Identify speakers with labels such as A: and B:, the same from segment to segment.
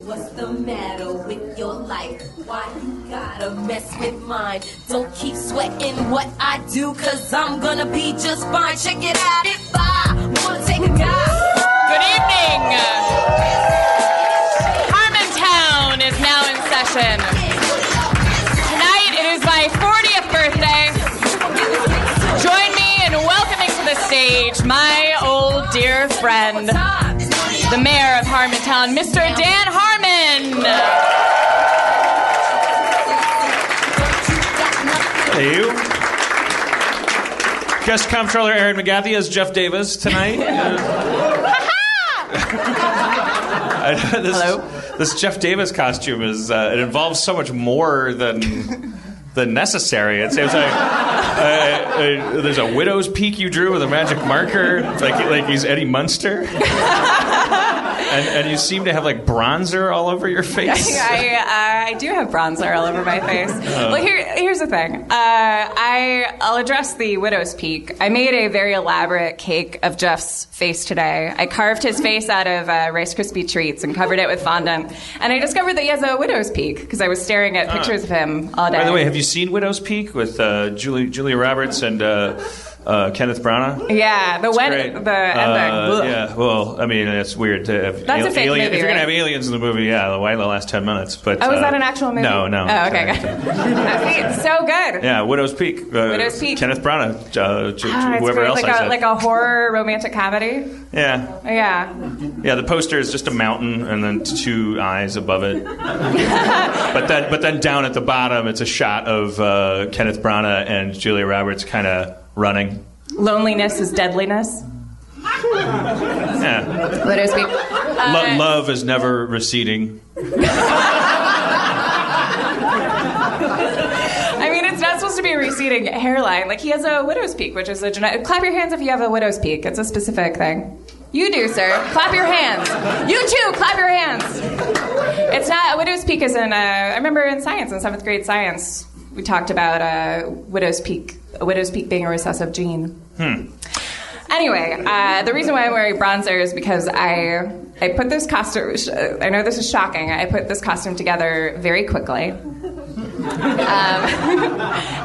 A: What's the matter with your life? Why you gotta mess with mine? Don't keep sweating what I do, cause I'm gonna be just fine. Check it out if I wanna take a dive.
B: Good evening. Harmontown is now in session. Tonight it is my 40th birthday. Join me in welcoming to the stage my old dear friend, the mayor of Harmontown, Mr. Dan Harmon.
C: Hey, you. Guest comptroller Aaron McGathy as Jeff Davis tonight. Uh, this, Hello. This Jeff Davis costume is uh, it involves so much more than than necessary. It seems like uh, uh, there's a widow's peak you drew with a magic marker, like like he's Eddie Munster. And, and you seem to have like bronzer all over your face.
B: I, uh, I do have bronzer all over my face.
C: Uh-huh.
B: well, here, here's the thing. Uh, I, I'll address the widow's peak. I made a very elaborate cake of Jeff's face today. I carved his face out of uh, Rice Krispie treats and covered it with fondant. And I discovered that he has a widow's peak because I was staring at pictures of him all day.
C: Ah. By the way, have you seen Widow's Peak with uh, Julie Julia Roberts and uh, uh, Kenneth Branagh?
B: yeah, the when
C: Great.
B: the and the
C: Uh,
B: ugh.
C: yeah. Well, I mean, it's weird to have
B: That's a fake
C: alien-
B: movie,
C: If you're
B: right?
C: gonna have aliens in the movie, yeah, why the last ten minutes? But
B: Oh,
C: uh,
B: is that an actual movie?
C: No, no.
B: Oh, okay.
C: Sorry.
B: good. See, it's so good.
C: Yeah, Widow's Peak. Uh,
B: Widow's Peak.
C: Kenneth Branagh. Uh, Ju- Ju-
B: Ah, it's
C: whoever
B: great.
C: else
B: like a
C: I said.
B: like a horror romantic comedy.
C: yeah,
B: Yeah.
C: yeah. The poster is just a mountain and then two eyes above it. but then, but then down at the bottom, it's a shot of uh, Kenneth Branagh and Julia Roberts kind of running.
B: Loneliness is deadliness.
C: Yeah.
B: Widow's Peak.
C: Lo- love is never receding.
B: I mean, it's not supposed to be a receding hairline. Like he has a widow's peak, which is a genetic. Clap your hands if you have a widow's peak. It's a specific thing. You do, sir. Clap your hands. You too. Clap your hands. It's not a widow's peak. Is in. Uh, I remember in science, in seventh grade science, we talked about uh, widow's peak. A widow's peak being a recessive gene. Anyway, uh, the reason why I'm wearing bronzer is because I I put this costume. sh- I know this is shocking. I put this costume together very quickly. Um,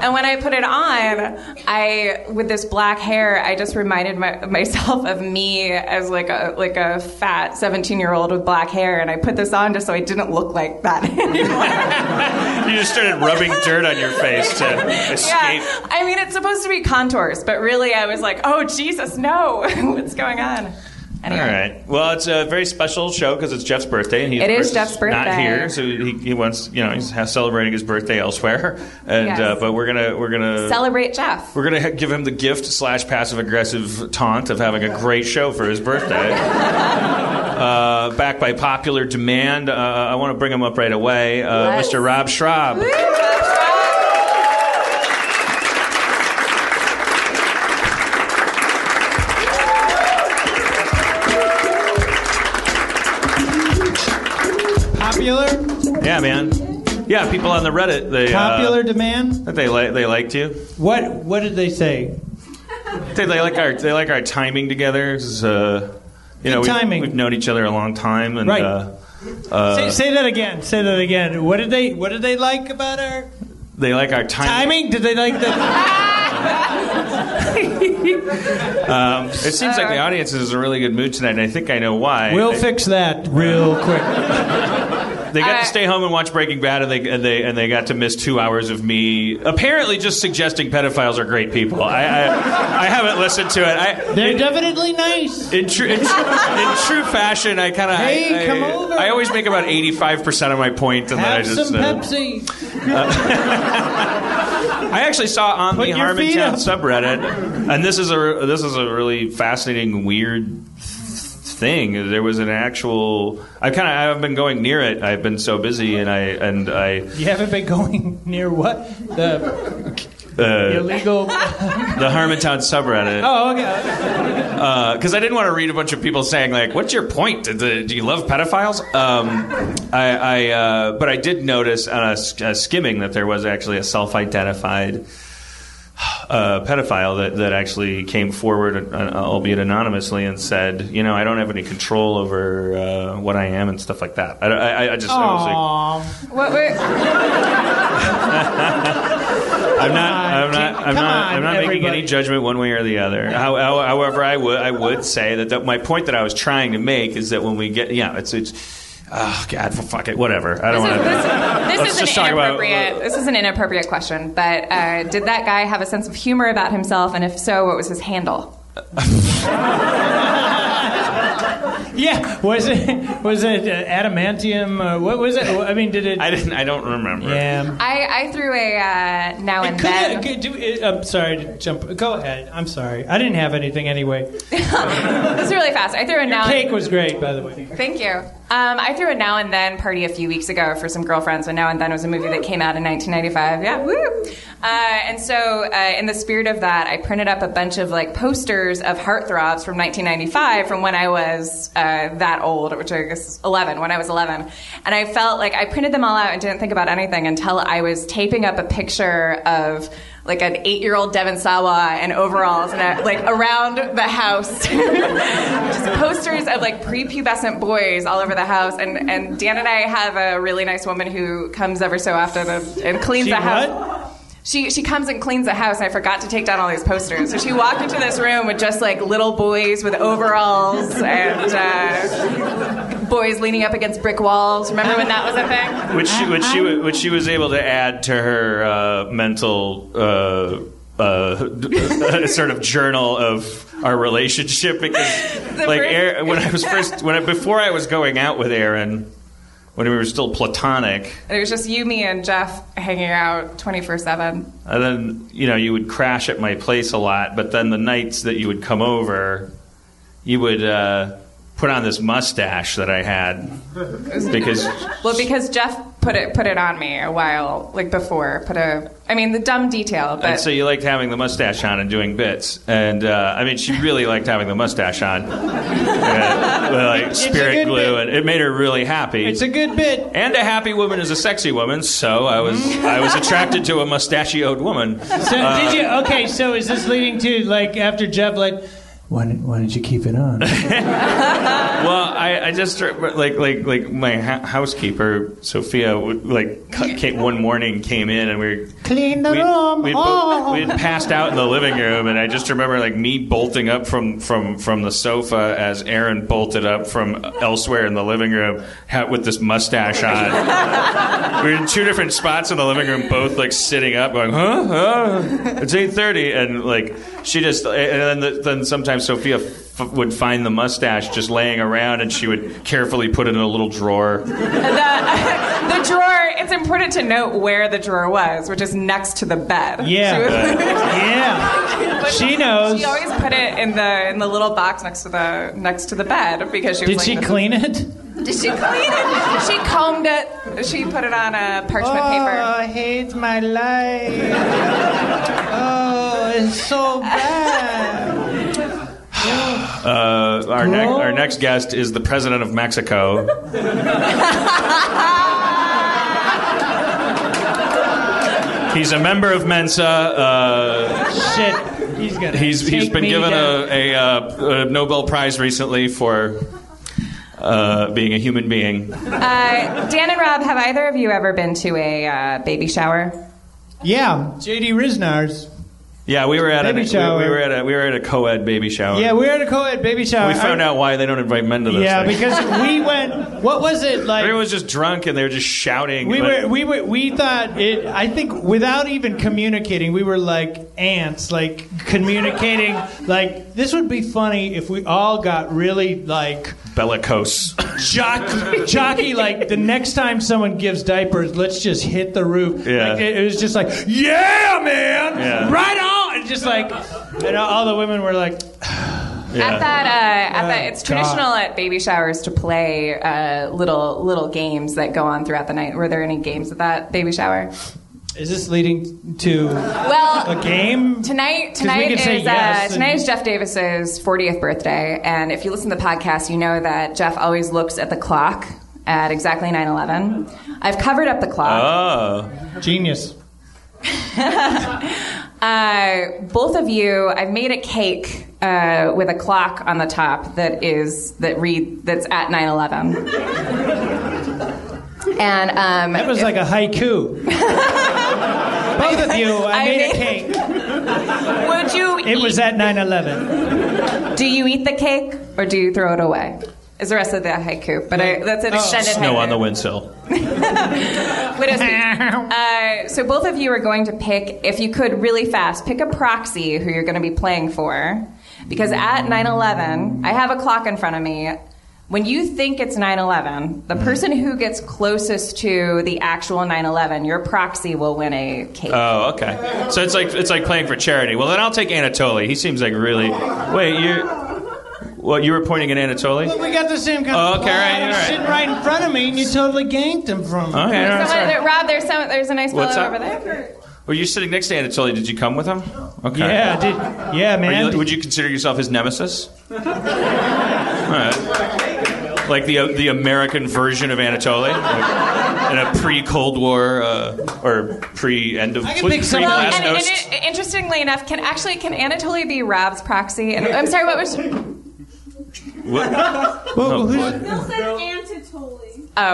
B: and when I put it on, I with this black hair, I just reminded my, myself of me as like a like a fat 17 year old with black hair, and I put this on just so I didn't look like that anymore.
C: You just started rubbing dirt on your face to escape.
B: yeah, I mean it's supposed to be contours, but really I was like, oh Jesus, no, what's going on?
C: All
B: Anyway.
C: right. Well, it's a very special show because it's Jeff's birthday, and he's
B: It is
C: versus-
B: Jeff's birthday.
C: Not here, so he, he wants you know he's ha- celebrating his birthday elsewhere. And
B: Yes.
C: uh, but we're gonna we're gonna
B: Celebrate Jeff.
C: we're gonna ha- give him the gift slash passive aggressive taunt of having a great show for his birthday. uh, back by popular demand, uh, I want to bring him up right away, uh,
B: Yes.
C: Mr. Rob Schraub.
D: Popular,
C: Yeah, man. Yeah, people on the Reddit they
D: popular
C: uh,
D: demand.
C: they like they liked you.
D: What what did they say?
C: They, they like our they like our timing together. This is, uh, you know,
D: Good
C: we've,
D: timing.
C: we've known each other a long time, and
D: Right.
C: uh, uh,
D: say, say that again. Say that again. What did they What did they like about our
C: they like our timing.
D: timing? Did they like the?
C: It seems like the audience is in a really good mood tonight, and I think I know why.
D: We'll
C: they,
D: fix that real quick.
C: they got
B: Uh,
C: to stay home and watch Breaking Bad, and they and they and they got to miss two hours of me apparently just suggesting pedophiles are great people. I I, I haven't listened to it. I,
D: They're definitely nice.
C: In true, in, true, in true fashion, I kind of
D: Hey,
C: I,
D: come
C: I,
D: over.
C: I always make about eighty five percent of my point, and then I
D: Have
C: just
D: some
C: uh,
D: Pepsi.
C: I actually saw on
D: Put
C: the
D: your feet
C: Harmontown
D: up.
C: subreddit, and this is a this is a really fascinating, weird th- thing. There was an actual. I kind of I haven't been going near it. I've been so busy, and I and I
D: You haven't been going near what? The
C: uh,
D: illegal.
C: the Harmontown subreddit.
D: Oh, okay.
C: because Uh, I didn't want to read a bunch of people saying like, "What's your point? Do, do- do you love pedophiles?" Um, I, I uh, but I did notice on a, sk- a skimming that there was actually a self-identified uh, pedophile that, that actually came forward, uh, albeit anonymously, and said, "You know, I don't have any control over uh, what I am and stuff like that." I, I, I just I was
D: Aw.
B: What were,
C: like, I'm not I'm not I'm
D: Come
C: not
D: on,
C: I'm not making
D: everybody.
C: any judgment one way or the other. How, how, however, I would I would say that, that my point that I was trying to make is that when we get yeah, it's it's oh god, fuck it, whatever. I don't
B: this,
C: want
B: is,
C: to.
B: this,
C: Let's
B: this is
C: just
B: an
C: talk about-
B: inappropriate. this is an inappropriate question, but uh, did that guy have a sense of humor about himself? And if so, what was his handle?
D: Yeah. Was it was it uh, adamantium? Uh, what was it? I mean, did it?
C: I didn't. I don't remember.
D: yeah.
B: I, I threw a uh, now and
D: Could
B: then.
D: I- could- do- uh, I'm sorry to jump. Go ahead. I'm sorry. I didn't have anything anyway.
B: This is really fast. I threw a now.
D: Cake was great, by the way.
B: Thank you. Um, I threw a now and then party a few weeks ago for some girlfriends. And now and then was a movie that came out in 1995. Yeah, woo! Uh, and so, uh, in the spirit of that, I printed up a bunch of like posters of heartthrobs from 1995, from when I was uh, that old, which I guess is 11, when I was 11. And I felt like I printed them all out and didn't think about anything until I was taping up a picture of. Like an eight-year-old Devon Sawa in overalls and uh, like around the house, just posters of like prepubescent boys all over the house. And, and Dan and I have a really nice woman who comes ever so often and, and cleans
D: She
B: the house.
D: what?
B: She, she comes and cleans the house, and I forgot to take down all these posters. So she walked into this room with just like little boys with overalls and uh, boys leaning up against brick walls. Remember when that was a thing?
C: Which she, which she wa- which she was able to add to her uh, mental. Uh, uh, sort of journal of our relationship because, like,
B: first-
C: Aaron, when I was first, when I, before I was going out with Aaron, when we were still platonic,
B: And it was just you, me, and Jeff hanging out 24 7.
C: And then, you know, you would crash at my place a lot, but then the nights that you would come over, you would uh, put on this mustache that I had because
B: Well, because Jeff put it put it on me a while like before. Put a, I mean, the dumb detail, but
C: and so you liked having the mustache on and doing bits. And uh, I mean, she really liked having the mustache on. Yeah, with, like
D: a
C: spirit
D: good
C: glue
D: bit.
C: and it made her really happy.
D: It's a good bit.
C: and a happy woman is a sexy woman, so I was I was attracted to a mustachioed woman.
D: So
C: Uh,
D: did you? Okay, so is this leading to like after Jeff like? Why didn't, why didn't you keep it on?
C: Well, I, I just like like like my ha- housekeeper Sophia would, like cu- came, one morning came in and we were
D: Clean the
C: we'd,
D: room.
C: We'd,
D: Oh.
C: we had passed out in the living room and I just remember like me bolting up from from from the sofa as Aaron bolted up from elsewhere in the living room ha- with this mustache on. we were in two different spots in the living room, both like sitting up, going huh, huh? It's eight thirty and like she just and then the, then sometimes Sophia. F- would find the mustache just laying around, and she would carefully put it in a little drawer.
B: the, the drawer. It's important to note where the drawer was, which is next to the bed.
D: Yeah.
B: She was-
D: yeah, she knows.
B: She always put it in the in the little box next to the next to the bed because she was
D: Did
B: like,
D: she
B: this-
D: clean it?
B: Did she clean it? She combed it. She put it on a parchment paper.
D: Oh, hate my life. Oh, it's so bad.
C: Uh, our, ne- our next guest is the president of Mexico. He's a member of Mensa. Uh,
D: Shit, he's gonna.
C: he's he's
D: take
C: been
D: me
C: given
D: down.
C: a, a, uh, a Nobel Prize recently for uh, being a human being.
B: Uh, Dan and Rob, have either of you ever been to a uh, baby shower?
D: Yeah, J.D. Risnar's.
C: Yeah, we were at
D: Baby
C: a,
D: shower.
C: We, we were at a we were at a co-ed baby shower.
D: Yeah, we had a co-ed baby shower.
C: we found
D: I-
C: out why they don't invite men to this.
D: Yeah, because we went. What was it like?
C: everyone was just drunk and they were just shouting.
D: We
C: but-
D: were, we were, we thought it. I think without even communicating, we were like ants, like communicating, like this would be funny if we all got really like
C: bellicose.
D: jock, jockey. Like the next time someone gives diapers, let's just hit the roof.
C: Yeah.
D: Like, it, it was just like, yeah, man,
C: Yeah.
D: right on, and just like, and all the women were like.
B: At that, uh, at that, it's
D: God.
B: traditional at baby showers to play uh, little little games that go on throughout the night. Were there any games at that baby shower?
D: Is this leading to
B: Well,
D: a game?
B: Tonight,
D: 'Cause we
B: tonight
D: could say
B: is
D: yes
B: uh,
D: and-
B: tonight is Jeff Davis's 40th birthday, and if you listen to the podcast, you know that Jeff always looks at the clock at exactly 9:11. I've covered up the clock.
C: Oh.
D: Genius. Oh.
B: Uh, both of you, I've made a cake uh, with a clock on the top that is that read that's at 9:11. And um,
D: That was like a haiku. Both of you, I,
B: I
D: made
B: made-
D: a cake.
B: would you?
D: It was at 9 11.
B: do you eat the cake or do you throw it away? Is the rest of the haiku? But I, that's an
D: Oh.
B: extended
C: Snow
B: haiku.
C: on the windsill.
B: Widow's Peak. Uh, so both of you are going to pick, if you could really fast, pick a proxy who you're going to be playing for. Because at 9-11, I have a clock in front of me. When you think it's 9-11, the person who gets closest to the actual 9-11, your proxy will win a cake.
C: Oh, okay. So it's like it's like playing for charity. Well, then I'll take Anatoly. He seems like really. Wait, you. Well, you were pointing at Anatoly.
D: We got the same kind
C: Oh,
D: of
C: okay,
D: plan.
C: right,
D: He was
C: right.
D: sitting right in front of me, and you totally ganked him from me.
C: Okay. all right,
B: Someone-
C: sorry.
B: there- Rob, there's, some, there's a nice fellow
C: What's
B: over
C: up?
B: there.
C: Were you sitting next to Anatoly? Did you come with him? Okay.
D: Yeah, did, yeah,
C: Are you-
D: man.
C: would you consider yourself his nemesis? All right. Like the the American version of Anatoly, like in a pre Cold War uh, or pre end of
D: I can pick someone.
B: Well, and, and
C: pre-Glasnost.
B: it, interestingly enough, can actually can Anatoly be Rob's proxy? And I'm sorry, what was?
C: What?
D: Who- who's-
B: Oh,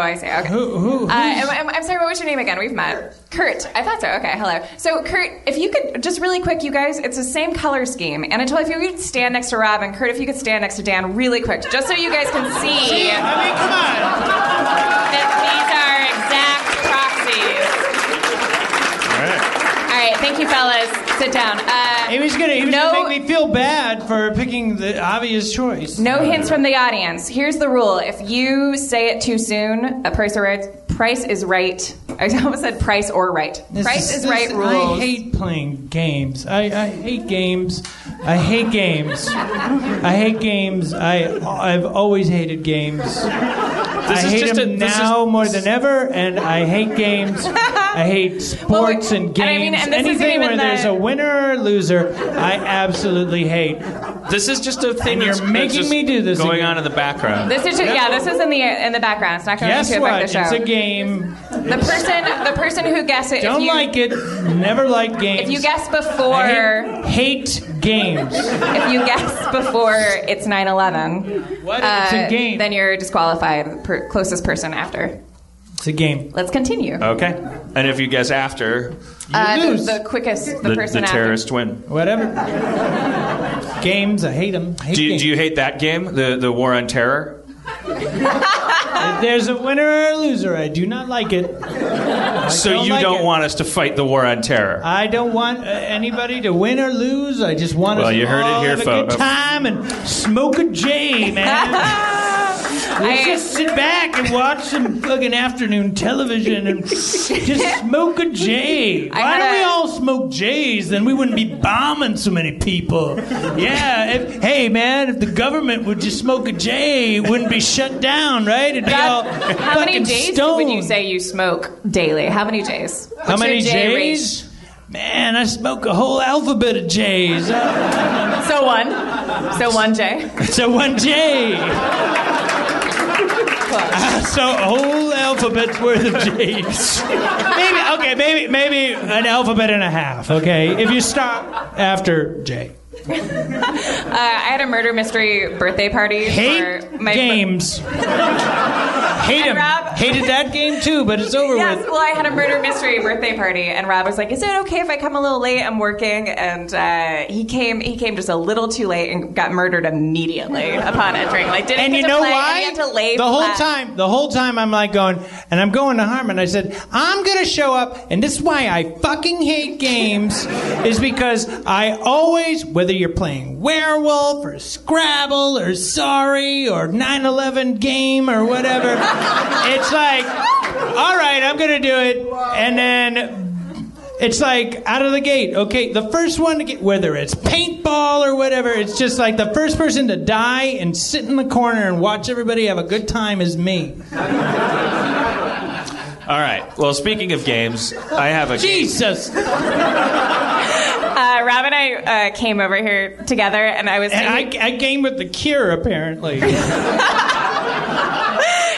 B: I see. Okay.
D: who- who-
B: Uh, I'm, I'm- I'm sorry, what was your name again? We've met. Kurt. I thought so. Okay, hello. So, Kurt, if you could just really quick, you guys, it's the same color scheme. Anatoly, if you could stand next to Rob, and Kurt, if you could stand next to Dan really quick, just so you guys can see that
D: I mean, come on.
B: these are exact proxies.
C: All right.
B: All right, thank you, fellas. Sit down. Uh,
D: He was gonna. He was
B: No-
D: gonna make me feel bad for picking the obvious choice.
B: No hints from the audience. Here's the rule: if you say it too soon, a price or right, price is right. I almost said price or right.
D: This
B: price is, right
D: this-
B: rules.
D: I hate playing games. I, I hate games. I hate games. I hate games. I I've always hated games. I
C: This is
D: hate
C: just
D: them
C: a- this is-
D: now more than ever, and I hate games. I hate sports and
B: and I
D: games.
B: mean, and this isn't
D: Anything where
B: even the-
D: there's a winner or loser, I absolutely hate.
C: This is just a thing
D: And you're
C: that's, that's
D: making
C: just
D: me do this
C: going
D: again.
C: on in the background.
B: This is just, yeah. This is in the in the background. It's not going
D: Guess
B: to
D: what?
B: affect the show.
D: It's a game.
B: The person, the person who guessed it.
D: Don't
B: if you,
D: like it. Never liked games.
B: If you guess
D: I
B: before,
D: hate, hate games.
B: if you guess before it's 9/11,
D: What? it's a
B: uh,
D: game.
B: then you're disqualified. Per, closest person after.
D: it's a game.
B: Let's continue. Uh,
C: Okay. And if you guess after,
D: You
B: the,
D: lose.
B: the quickest, the,
C: the, the,
B: person after.
C: terrorists win.
D: Whatever. games, I hate them. I hate
C: Do you,
D: games.
C: do you hate that game, the, the War on Terror?
D: If there's a winner or a loser, I do not like it.
C: so
D: don't
C: you
D: like
C: don't
D: it.
C: want us to fight the War on Terror?
D: I don't want uh, anybody to win or lose. I just want
C: Well,
D: us
C: you heard it
D: all
C: here,
D: have a
C: folks.
D: good time and smoke a J, man. Let's just sit back and watch some fucking afternoon television and just smoke a J.
B: I
D: Why
B: had
D: don't we
B: a-
D: all smoke J's? Then we wouldn't be bombing so many people. Yeah. If, hey, man, if the government would just smoke a J, it wouldn't be shut down, right? It'd be all
B: How many
D: fucking
B: J's
D: stoned.
B: would you say you smoke daily? How many J's? What's
D: How many
B: your J rate?
D: J's? Man, I smoke a whole alphabet of J's. Uh,
B: So one. So one J. Uh,
D: So one J. So a whole alphabet's worth of J's. maybe okay, maybe maybe an alphabet and a half. Okay, if you stop after J.
B: Uh, I had a murder mystery birthday party for
D: Hate
B: my
D: games. Hate
B: And
D: them.
B: Rob-
D: Hated that game too, but it's over
B: Yes,
D: with.
B: well, I had a murder mystery birthday party, and Rob was like, "Is it okay if I come a little late? I'm working." And uh, he came, he came just a little too late and got murdered immediately upon entering. Like, didn't
D: and
B: get
D: you
B: to
D: know
B: play,
D: why?
B: And he had to lay
D: the whole
B: flat.
D: time, the whole time, I'm like going, and I'm going to Harmon. I said, I'm gonna show up, and this is why I fucking hate games, is because I always, whether you're playing Werewolf or Scrabble or Sorry or 9/11 game or whatever, it's like, all right, I'm gonna do it, and then It's like out of the gate. Okay, the first one to get, whether it's paintball or whatever, it's just like the first person to die and sit in the corner and watch everybody have a good time is me.
C: All right. Well, speaking of games, I have a
D: Jesus! And
B: Uh, Rob and I uh, came over here together, and I was.
D: I, I came with the cure apparently.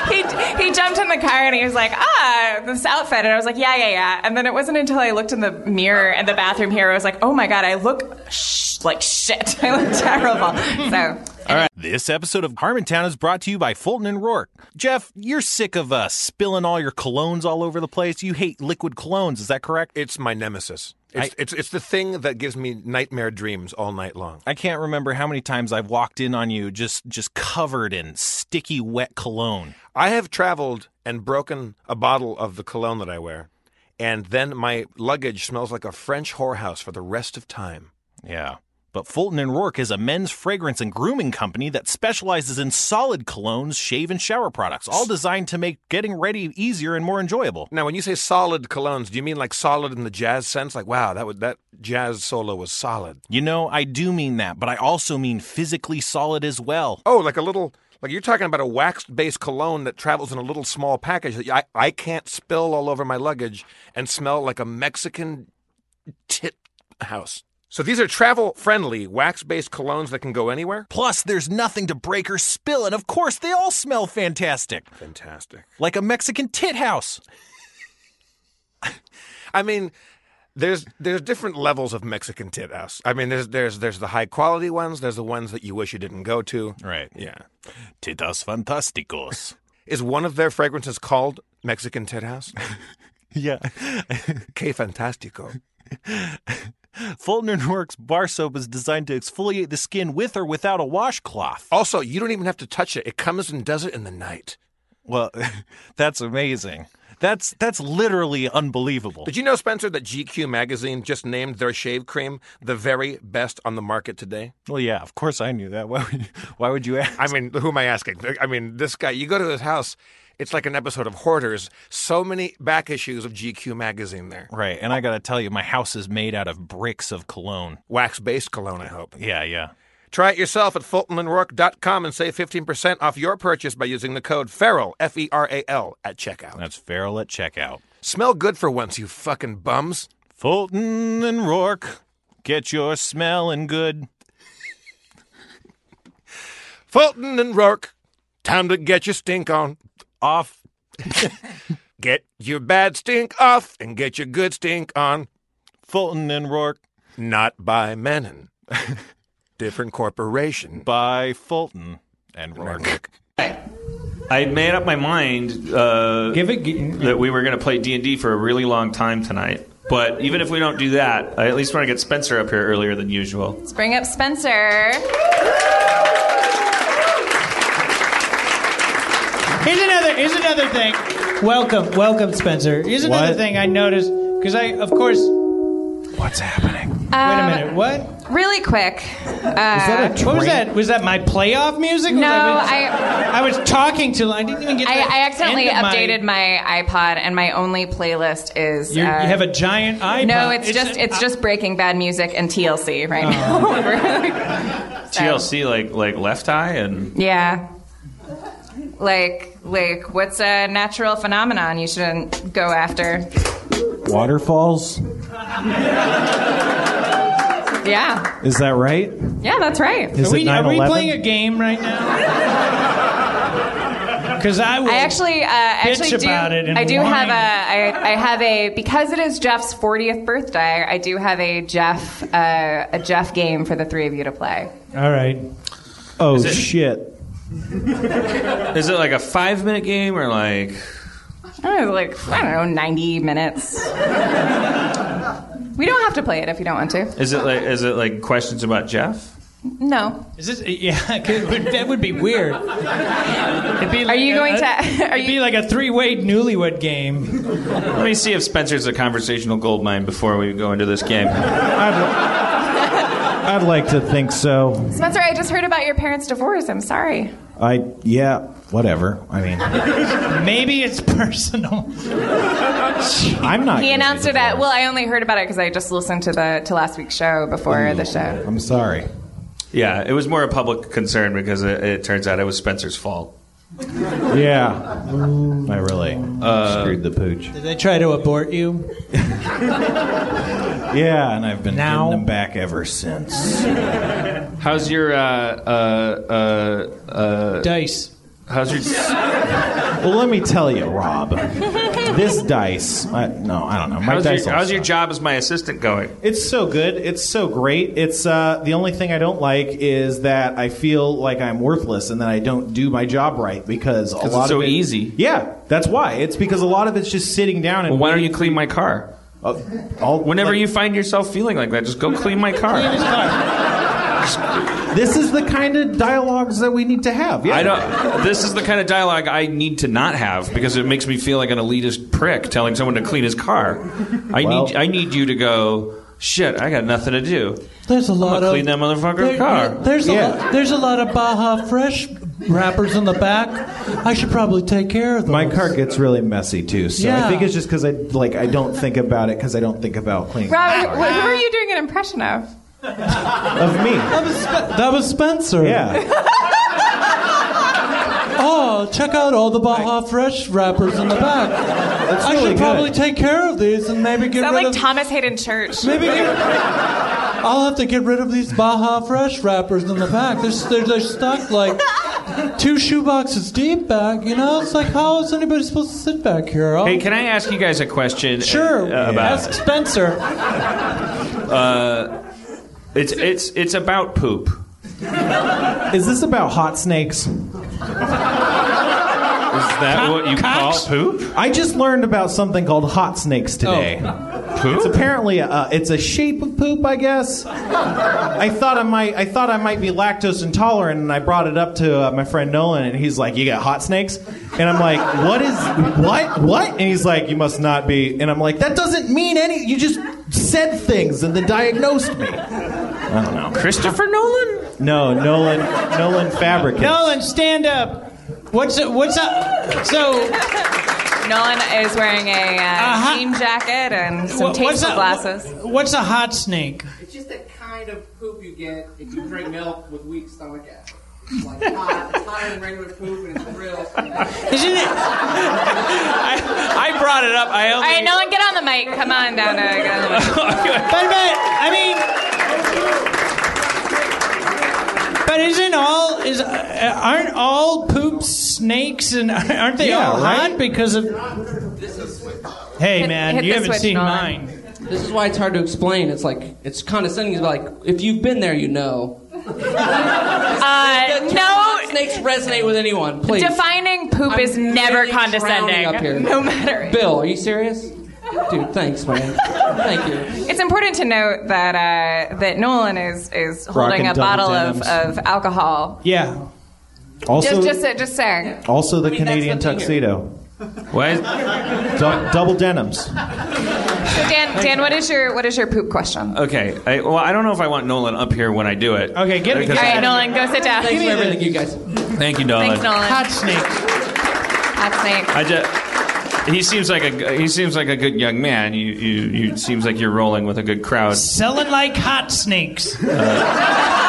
B: he, he jumped in the car and he was like, ah, this outfit. And I was like, yeah, yeah, yeah. And then it wasn't until I looked in the mirror in the bathroom here, I was like, oh my God, I look sh- like shit. I look terrible. So.
E: This episode of Harmontown is brought to you by Fulton and Rourke. Jeff, you're sick of uh, spilling all your colognes all over the place. You hate liquid colognes, is that correct?
F: It's my nemesis. It's, it's, it's the thing that gives me nightmare dreams all night long.
E: I can't remember how many times I've walked in on you just just covered in sticky wet cologne.
F: I have traveled and broken a bottle of the cologne that I wear, and then my luggage smells like a French whorehouse for the rest of time.
E: Yeah. But Fulton and Rourke is a men's fragrance and grooming company that specializes in solid colognes, shave and shower products, all designed to make getting ready easier and more enjoyable.
F: Now, when you say solid colognes, do you mean like solid in the jazz sense? Like, wow, that, was, that jazz solo was solid.
E: You know, I do mean that, but I also mean physically solid as well.
F: Oh, like a little, like you're talking about a wax based cologne that travels in a little small package that I, I can't spill all over my luggage and smell like a Mexican tit house. So these are travel friendly wax based colognes that can go anywhere?
E: Plus, there's nothing to break or spill, and of course, they all smell fantastic.
F: Fantastic.
E: Like a Mexican tit house.
F: I mean, there's there's different levels of Mexican tit house. I mean, there's there's there's the high quality ones. There's the ones that you wish you didn't go to.
E: Right.
F: Yeah.
E: Titas fantásticos.
F: Is one of their fragrances called Mexican tit house?
E: yeah.
F: que fantástico.
E: Fulton and Works bar soap is designed to exfoliate the skin with or without a washcloth.
F: Also, you don't even have to touch it. It comes and does it in the night.
E: Well, that's amazing. That's that's literally unbelievable.
F: Did you know, Spencer, that GQ magazine just named their shave cream the very best on the market today?
E: Well, yeah, of course I knew that. Why would you, why would you ask?
F: I mean, who am I asking? I mean, this guy, you go to his house, it's like an episode of Hoarders. So many back issues of GQ magazine there.
E: Right, and I gotta tell you, my house is made out of bricks of cologne.
F: Wax based cologne, I hope.
E: Yeah, yeah.
F: Try it yourself at FultonandRourke.com and save 15% off your purchase by using the code FERAL, F E R A L, at checkout.
E: That's feral at checkout.
F: Smell good for once, you fucking bums.
E: Fulton and Rourke, get your smelling good.
F: Fulton and Rourke, time to get your stink on.
E: Off.
F: Get your bad stink off and get your good stink on.
E: Fulton and Rourke
F: Not by Menon. Different corporation.
E: by Fulton and Rourke.
C: I had made up my mind uh,
D: Give it. g-
C: that we were going to play D and D for a really long time tonight. But even if we don't do that, I at least want to get Spencer up here earlier than usual.
B: Let's bring up Spencer.
D: Here's another. Here's another thing. Welcome, welcome, Spencer. Here's another
E: What?
D: thing I noticed because I, of course.
E: What's happening?
D: Wait a
B: Um,
D: minute. What?
B: Really quick. Uh,
D: what was that? Was that my playoff music? Was
B: no,
D: I,
B: I.
D: I was talking too long. I didn't even get. to
B: I,
D: the
B: I accidentally
D: end of
B: updated
D: My,
B: my... iPod, and my only playlist is.
D: You're-
B: uh,
D: you have a giant iPod.
B: no, it's, just
D: a- Oh.
B: it's just breaking bad music and TLC right now.
C: TLC like like Left Eye and
B: yeah, like like what's a natural phenomenon you shouldn't go after?
G: Waterfalls?
B: Yeah,
G: Is that right?
B: yeah, that's right.
G: Is
D: Are we,
G: it
D: are
G: 9
D: we playing a game right now? Because I will.
B: I actually, uh, actually do.
D: about it and
B: I do
D: whine.
B: have a. I, I have a because it is Jeff's 40th birthday. I do have a Jeff uh, a Jeff game for the three of you to play.
D: All right.
G: Oh,
C: it-
G: shit.
C: is it like a five minute game or like
B: I don't know, like I don't know, 90 minutes. we don't have to play it if you don't want to.
C: is it like is it like questions about Jeff?
B: No.
D: Is this? Yeah, 'cause it would- that would be weird. It'd be like
B: you
D: a-
B: going
D: a-
B: to- are
D: it'd be
B: you-
D: like a three-way newlywed game.
C: Let me see if Spencer's a conversational goldmine before we go into this game.
G: I'd like to think so.
B: Spencer, I just heard about your parents' divorce. I'm sorry.
G: I, yeah,
E: whatever. I mean,
D: Maybe it's personal.
E: I'm not.
B: He
E: gonna
B: announced
E: be
B: it at.
E: divorced.
B: Well, I only heard about it because I just listened to the to last week's show before the show.
E: I'm sorry.
C: Yeah, it was more a public concern because it, it turns out it was Spencer's fault.
E: Yeah, I really screwed the pooch.
D: Did they try to abort you?
E: Yeah, and I've been
D: Now-
E: getting them back ever since.
C: How's your uh, uh, uh, uh,
D: Dice.
C: how's your
E: Well, let me tell you, Rob. This dice. I, no, I don't know. My
C: how's
E: dice.
C: your,
E: all
C: how's your
E: suck.
C: job as my assistant going?
E: It's so good. It's so great. It's uh, the only thing I don't like is that I feel like I'm worthless and that I don't do my job right because a lot
C: it's
E: of
C: so
E: it-
C: easy.
E: Yeah, that's why. It's because a lot of it's just sitting down and
C: Well, why don't you clean my car?
E: Uh, all-
C: Whenever
E: like-
C: you find yourself feeling like that, just go clean my car.
E: This is the kind of dialogues that we need to have. Yeah.
C: I don't. This is the kind of dialogue I need to not have because it makes me feel like an elitist prick telling someone to clean his car. I
E: Well-
C: need. I need you to go. Shit, I got nothing to do.
D: There's a lot
C: gonna
D: of
C: clean that motherfucker's
D: There-
C: car.
D: There's a
E: Yeah.
D: lot, there's a lot of Baja Fresh wrappers in the back. I should probably take care of them.
E: My car gets really messy too, so I
D: Yeah.
E: think it's just because I like I don't think about it because I don't think about cleaning
B: Rob, wh- who are you doing an impression of?
E: of me.
D: That was, Spe- that was Spencer.
E: Yeah,
D: Oh, check out all the Baja Fresh wrappers in the back.
E: that's
D: I
E: really
D: should
E: good.
D: probably take care of these and maybe get
B: Sound
D: rid
B: like
D: of.
B: Thomas Hayden Church.
D: maybe get, I'll have to get rid of these Baja Fresh wrappers in the back. They're, they're, they're stuck like two shoeboxes deep back. You know, it's like how is anybody supposed to sit back here? I'll-
C: Hey, can I ask you guys a question?
D: Sure.
C: uh, about
D: Ask Spencer.
C: it's it's it's about poop.
E: Is this about hot snakes?
C: Is that what you
D: cocks?
C: call poop?
E: I just learned about something called hot snakes today. It's
C: Poop?
E: apparently uh, it's a shape of poop, I guess. I thought I might I thought I might be lactose intolerant, and I brought it up to uh, my friend Nolan, and he's like, "You got hot snakes?" And I'm like, "What is what what?" And he's like, "You must not be." And I'm like, "That doesn't mean any. You just said things and then diagnosed me." I don't know.
C: Christopher Nolan?
E: No, Nolan Nolan fabricates.
D: Nolan, stand up. What's what's up? So
B: Nolan is wearing a uh,
D: Uh-huh.
B: jean jacket and some
D: wha- what's
B: tasteful
D: a,
B: glasses.
D: wha- What's a hot snake?
H: It's just that kind of poop you get if you drink milk with weak stomach acid. It's like hot, it's hotter than regular poop, and it's real.
D: Isn't it?
C: I brought it up. I
B: All
C: only.
B: right, Nolan, get on the mic. Come on down. To, get on the mic.
D: But, but I mean, but isn't all is uh, aren't all poop snakes and aren't they
E: Yeah,
D: all
E: right?
D: hot because of? Hey
B: Hit-
D: man,
B: hit
D: you
B: the
D: haven't
B: switch,
D: seen
B: Nolan.
D: mine.
H: This is why it's hard to explain. It's like it's condescending. It's like if you've been there, you know.
B: Uh,
H: Hot
B: no,
H: snakes resonate with anyone. Please,
B: defining poop
H: I'm
B: is never
H: literally
B: condescending.
H: drowning up here.
B: No matter.
H: Bill, are you serious? Dude, thanks, man. Thank you.
B: It's important to note that uh, that Nolan is is holding
E: Rocking
B: a
E: double
B: bottle of,
E: denims.
B: of alcohol.
D: Yeah.
E: Also,
B: Just just just saying.
E: also the
H: I mean, that's
E: Canadian
H: the thing here.
E: tuxedo,
C: Why-
E: Du- double denims.
B: So Dan, Dan, what is your what is your poop question?
C: Okay. I, well, I don't know if I want Nolan up here when I do it.
D: Okay, get it.
C: Because-
B: All right, Nolan, go sit down.
H: Thanks for everything, you guys.
C: Thank you, Nolan.
B: Thanks, Nolan.
D: Hot snake.
B: Hot snake.
C: I just. He seems like a he seems like a good young man. You you you seems like you're rolling with a good crowd.
D: Selling like hot snakes.
E: Uh,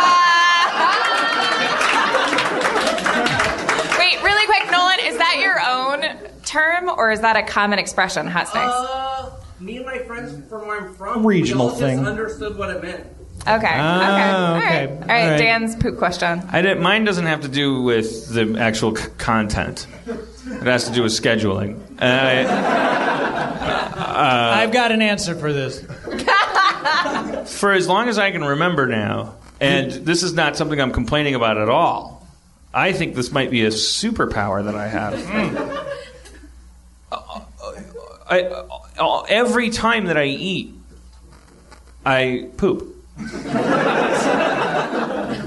B: Wait, really quick, Nolan, is that your own term or is that a common expression? Hot snakes.
H: Uh, me and my friends from where I'm from,
E: Regional
H: we all
E: thing.
H: just understood what it meant.
B: Okay. Okay. All
D: Ah, okay.
B: right. All right.
D: All right.
B: Dan's poop question.
C: I didn't, mine doesn't have to do with the actual c- content. It has to do with scheduling. And I,
D: I've got an answer for this.
C: for as long as I can remember now, and this is not something I'm complaining about at all. I think this might be a superpower that I have. Uh, I, uh, every time that I eat, I poop.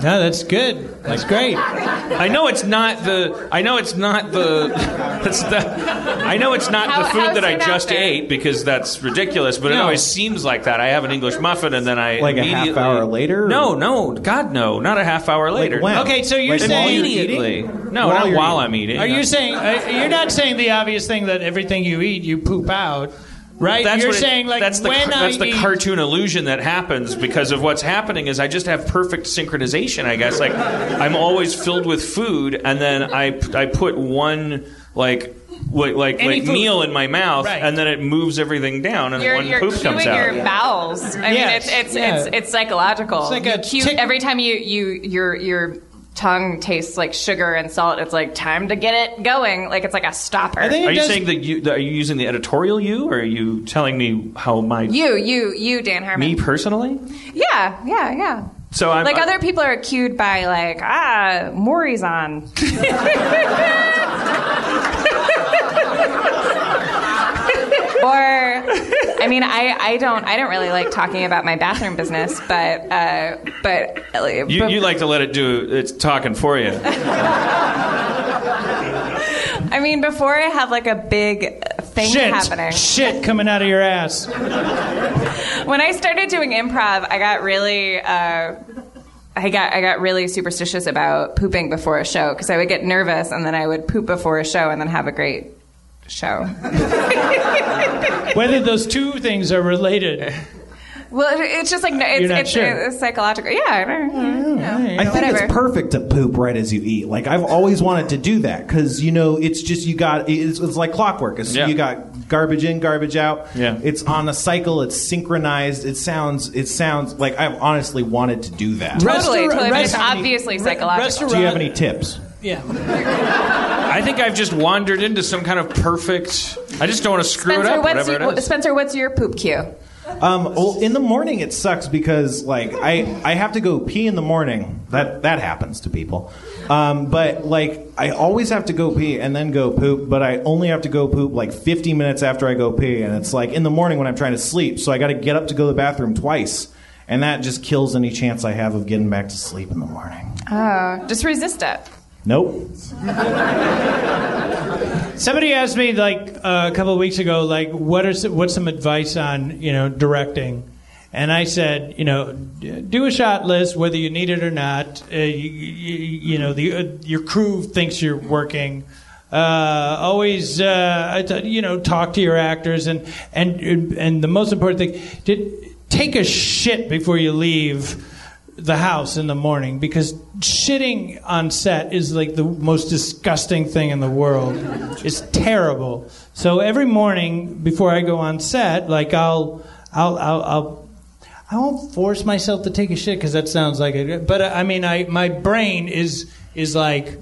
D: No, that's good. That's great.
C: I know it's not the. I know it's not the. That's the, I know it's not
B: How-
C: the food
B: how
C: that I
B: soon
C: just
B: after?
C: ate because that's ridiculous, but it
D: No.
C: always seems like that. I have an English muffin and then I
I: Like a half
C: immediately,
I: hour later?
C: No, no, God, no, not a half hour later.
I: when?
D: Okay, so you're
I: Like, while
D: saying-
I: you're
C: immediately.
I: eating?
C: No,
I: While
C: not
I: you're
C: while
I: eating.
C: I'm eating.
D: Are you saying uh, you're not saying the obvious thing that everything you eat you poop out, right?
C: That's
D: you're
C: what it-
D: saying like
C: that's the
D: when
C: car-
D: I
C: that's the
D: eat,
C: cartoon illusion that happens because of what's happening is I just have perfect synchronization. I guess like I'm always filled with food, and then I I put one like. Like like,
D: Any
C: like
D: food.
C: meal in my mouth,
D: Right.
C: and then it moves everything down, and
B: You're,
C: one
B: you're
C: poop
B: cueing
C: comes
B: your
C: out.
B: bowels. I
D: Yes,
B: mean, it's it's,
D: yeah.
B: it's it's psychological.
D: It's like
B: You
D: a
B: cue-
D: tick-
B: every time you you your your tongue tastes like sugar and salt. It's like time to get it going. Like it's like a stopper.
D: I think it
C: Are you
D: does-
C: saying that you that are you using the editorial you, or are you telling me how my
B: you you you Dan Harmon.
C: me personally?
B: Yeah yeah yeah.
C: So I'm
B: like other people are cued by like ah Maury's on. or I mean I, I don't I don't really like talking about my bathroom business, but uh, but uh,
C: You,
B: but-
C: you like to let it do its talking for you.
B: I mean before I have like a big thing
D: shit
B: happening.
D: shit coming out of your ass.
B: when I started doing improv, I got really. Uh, I got I got really superstitious about pooping before a show because I would get nervous and then I would poop before a show and then have a great show.
D: Whether those two things are related.
B: Well, it, it's just like no,
D: You're
B: it's
D: not
B: it's,
D: sure.
B: it's psychological. Yeah, I don't-
I: I think
B: Whatever.
I: it's perfect to poop right as you eat. Like I've always wanted to do that because you know it's just you got it's, it's like clockwork. It's,
C: Yeah.
I: You got garbage in, garbage out.
C: Yeah.
I: it's on a cycle. It's synchronized. It sounds it sounds like I've honestly wanted to do that.
B: totally,
D: Restaurant-
B: totally. But it's
D: restaurant-
B: obviously
D: re-
B: psychological.
D: restaurant-
I: Do you have any tips?
D: Yeah.
C: I think I've just wandered into some kind of perfect. I just don't want to screw it
B: Spencer,
C: up.
B: what's
C: Whatever
B: your,
C: it is.
B: Spencer, what's your poop cue?
I: Um, well, in the morning it sucks because like I, I have to go pee in the morning. That that happens to people. Um, but like I always have to go pee and then go poop. But I only have to go poop like 50 minutes after I go pee, and it's like in the morning when I'm trying to sleep. So I got to get up to go to the bathroom twice, and that just kills any chance I have of getting back to sleep in the morning.
B: Oh, just resist it.
I: Nope.
D: Somebody asked me like uh, a couple of weeks ago, like what is what's some advice on you know directing, and I said you know d- do a shot list whether you need it or not. Uh, you, you, you know the uh, your crew thinks you're working. Uh, always uh, I thought, you know talk to your actors and and and the most important thing did take a shit before you leave the house in the morning because shitting on set is like the most disgusting thing in the world. It's terrible. So every morning before I go on set, like I'll, I'll, I'll, I'll I won't force myself to take a shit because that sounds like it. But uh, I mean, I my brain is is like,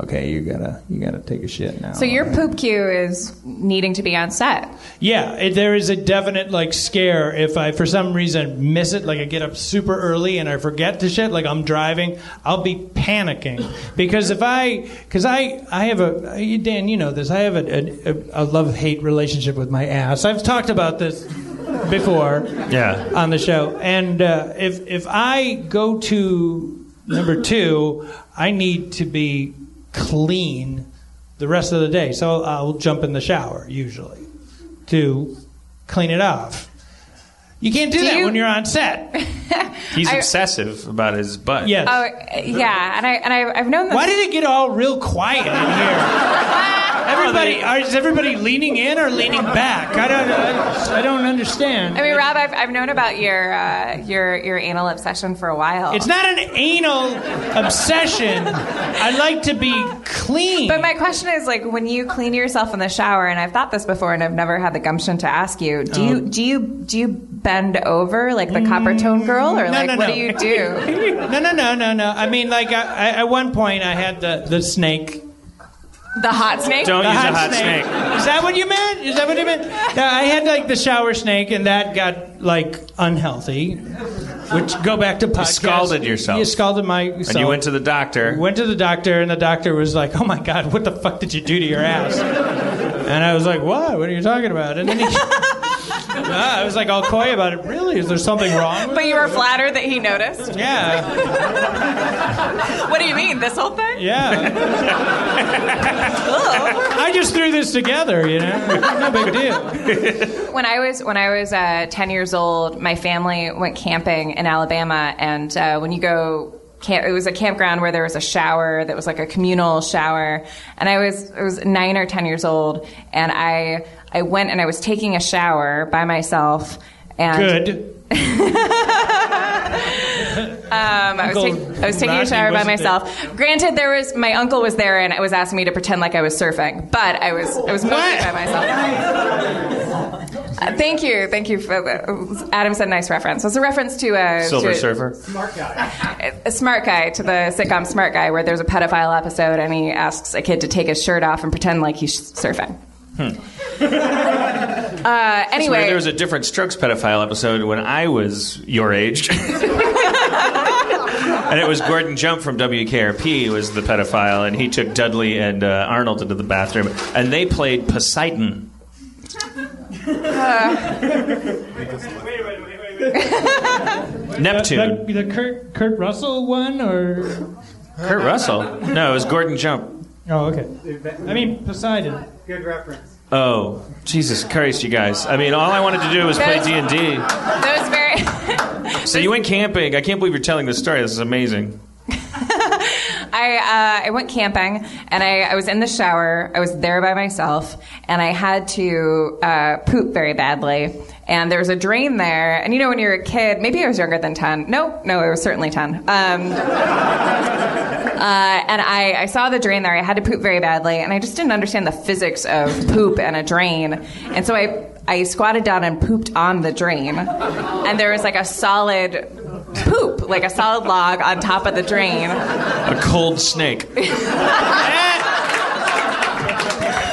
D: okay, you gotta you gotta take a shit now.
B: So your poop cue is needing to be on set.
D: Yeah, it, there is a definite like scare if I for some reason miss it. Like I get up super early and I forget to shit. Like I'm driving, I'll be panicking because if I because I I have a you- Dan, you know this. I have a a, a love hate relationship with my ass. I've talked about this before
C: Yeah.
D: on the show. And uh, if if I go to number two, I need to be clean the rest of the day. So I'll jump in the shower usually to clean it off. You can't do,
B: Do
D: that
B: you-
D: when you're on set.
C: He's
B: I-
C: obsessive about his butt.
D: Yes.
B: Oh, yeah, and I and I, I've known this.
D: Why did it get all real quiet in here? Everybody, are, is everybody leaning in or leaning back? I don't, I, I don't understand.
B: I mean, Rob, I've, I've known about your uh, your your anal obsession for a while.
D: It's not an anal obsession. I like to be clean.
B: But my question is, like, when you clean yourself in the shower, and I've thought this before, and I've never had the gumption to ask you. Do
D: Oh.
B: you do you do you bend over like the copper tone girl, or
D: Mm, no,
B: like
D: no,
B: what
D: no.
B: do you do?
D: no, no, no, no, no. I mean, like, I, I, at one point, I had the, the snake.
B: The hot snake.
C: Don't
D: The
C: use Oh, a hot snake.
D: Is that what you meant? Is that what you meant? No, I had, like, the shower snake, and that got, like, unhealthy. Which, go back to podcast. You
C: scalded yourself.
D: You scalded myself.
C: And you went to the doctor.
D: Went to the doctor, and the doctor was like, "Oh my God, what the fuck did you do to your ass?" And I was like, "What? What are you talking about?" And then he, Ah, I was like all coy about it. Really? Is there something wrong? with
B: But you were flattered that he noticed?
D: it? yeah,
B: What do you mean? This whole thing?
D: yeah. I just threw this together, you know. No big deal.
B: when I was when I was uh, ten years old, my family went camping in Alabama, and uh, when you go. Camp, it was a campground where there was a shower that was like a communal shower, and I was I was nine or ten years old, and I I went and I was taking a shower by myself, and
D: Good.
B: um, I was
D: Uncle
B: take- I was taking a
D: Rodney
B: shower by
D: wasn't
B: myself. Granted, there was my uncle was there and was asking me to pretend like I was surfing, but I was I was mostly
D: What?
B: by myself. Uh, thank you, thank you. For, uh, Adam said nice reference. It's a reference to a
C: Silver
B: to,
C: Surfer.
B: a smart guy to the sitcom Smart Guy, where there's a pedophile episode and he asks a kid to take his shirt off and pretend like he's surfing. uh, anyway,
C: Hmm. There was a different Strokes pedophile episode when I was your age. and it was Gordon Jump from WKRP was the pedophile, and he took Dudley and uh, Arnold into the bathroom, and they played Poseidon. Neptune.
D: The, the Kurt Kurt Russell one, or
C: Kurt Russell. No, it was Gordon Jump.
D: oh, okay. I mean Poseidon.
H: Good reference.
C: Oh, Jesus Christ, you guys! I mean, all I wanted to do was play D and D.
B: that was very.
C: So you went camping. I can't believe you're telling this story. This is amazing.
B: I uh, I went camping and I, I was in the shower. I was there by myself and I had to uh, poop very badly. And there was a drain there. And you know, when you're a kid, maybe I was younger than 10. No, no, I was certainly 10. Um, uh, and I, I saw the drain there. I had to poop very badly. And I just didn't understand the physics of poop and a drain. And so I, I squatted down and pooped on the drain. And there was like a solid poop, like a solid log on top of the drain.
C: A cold snake.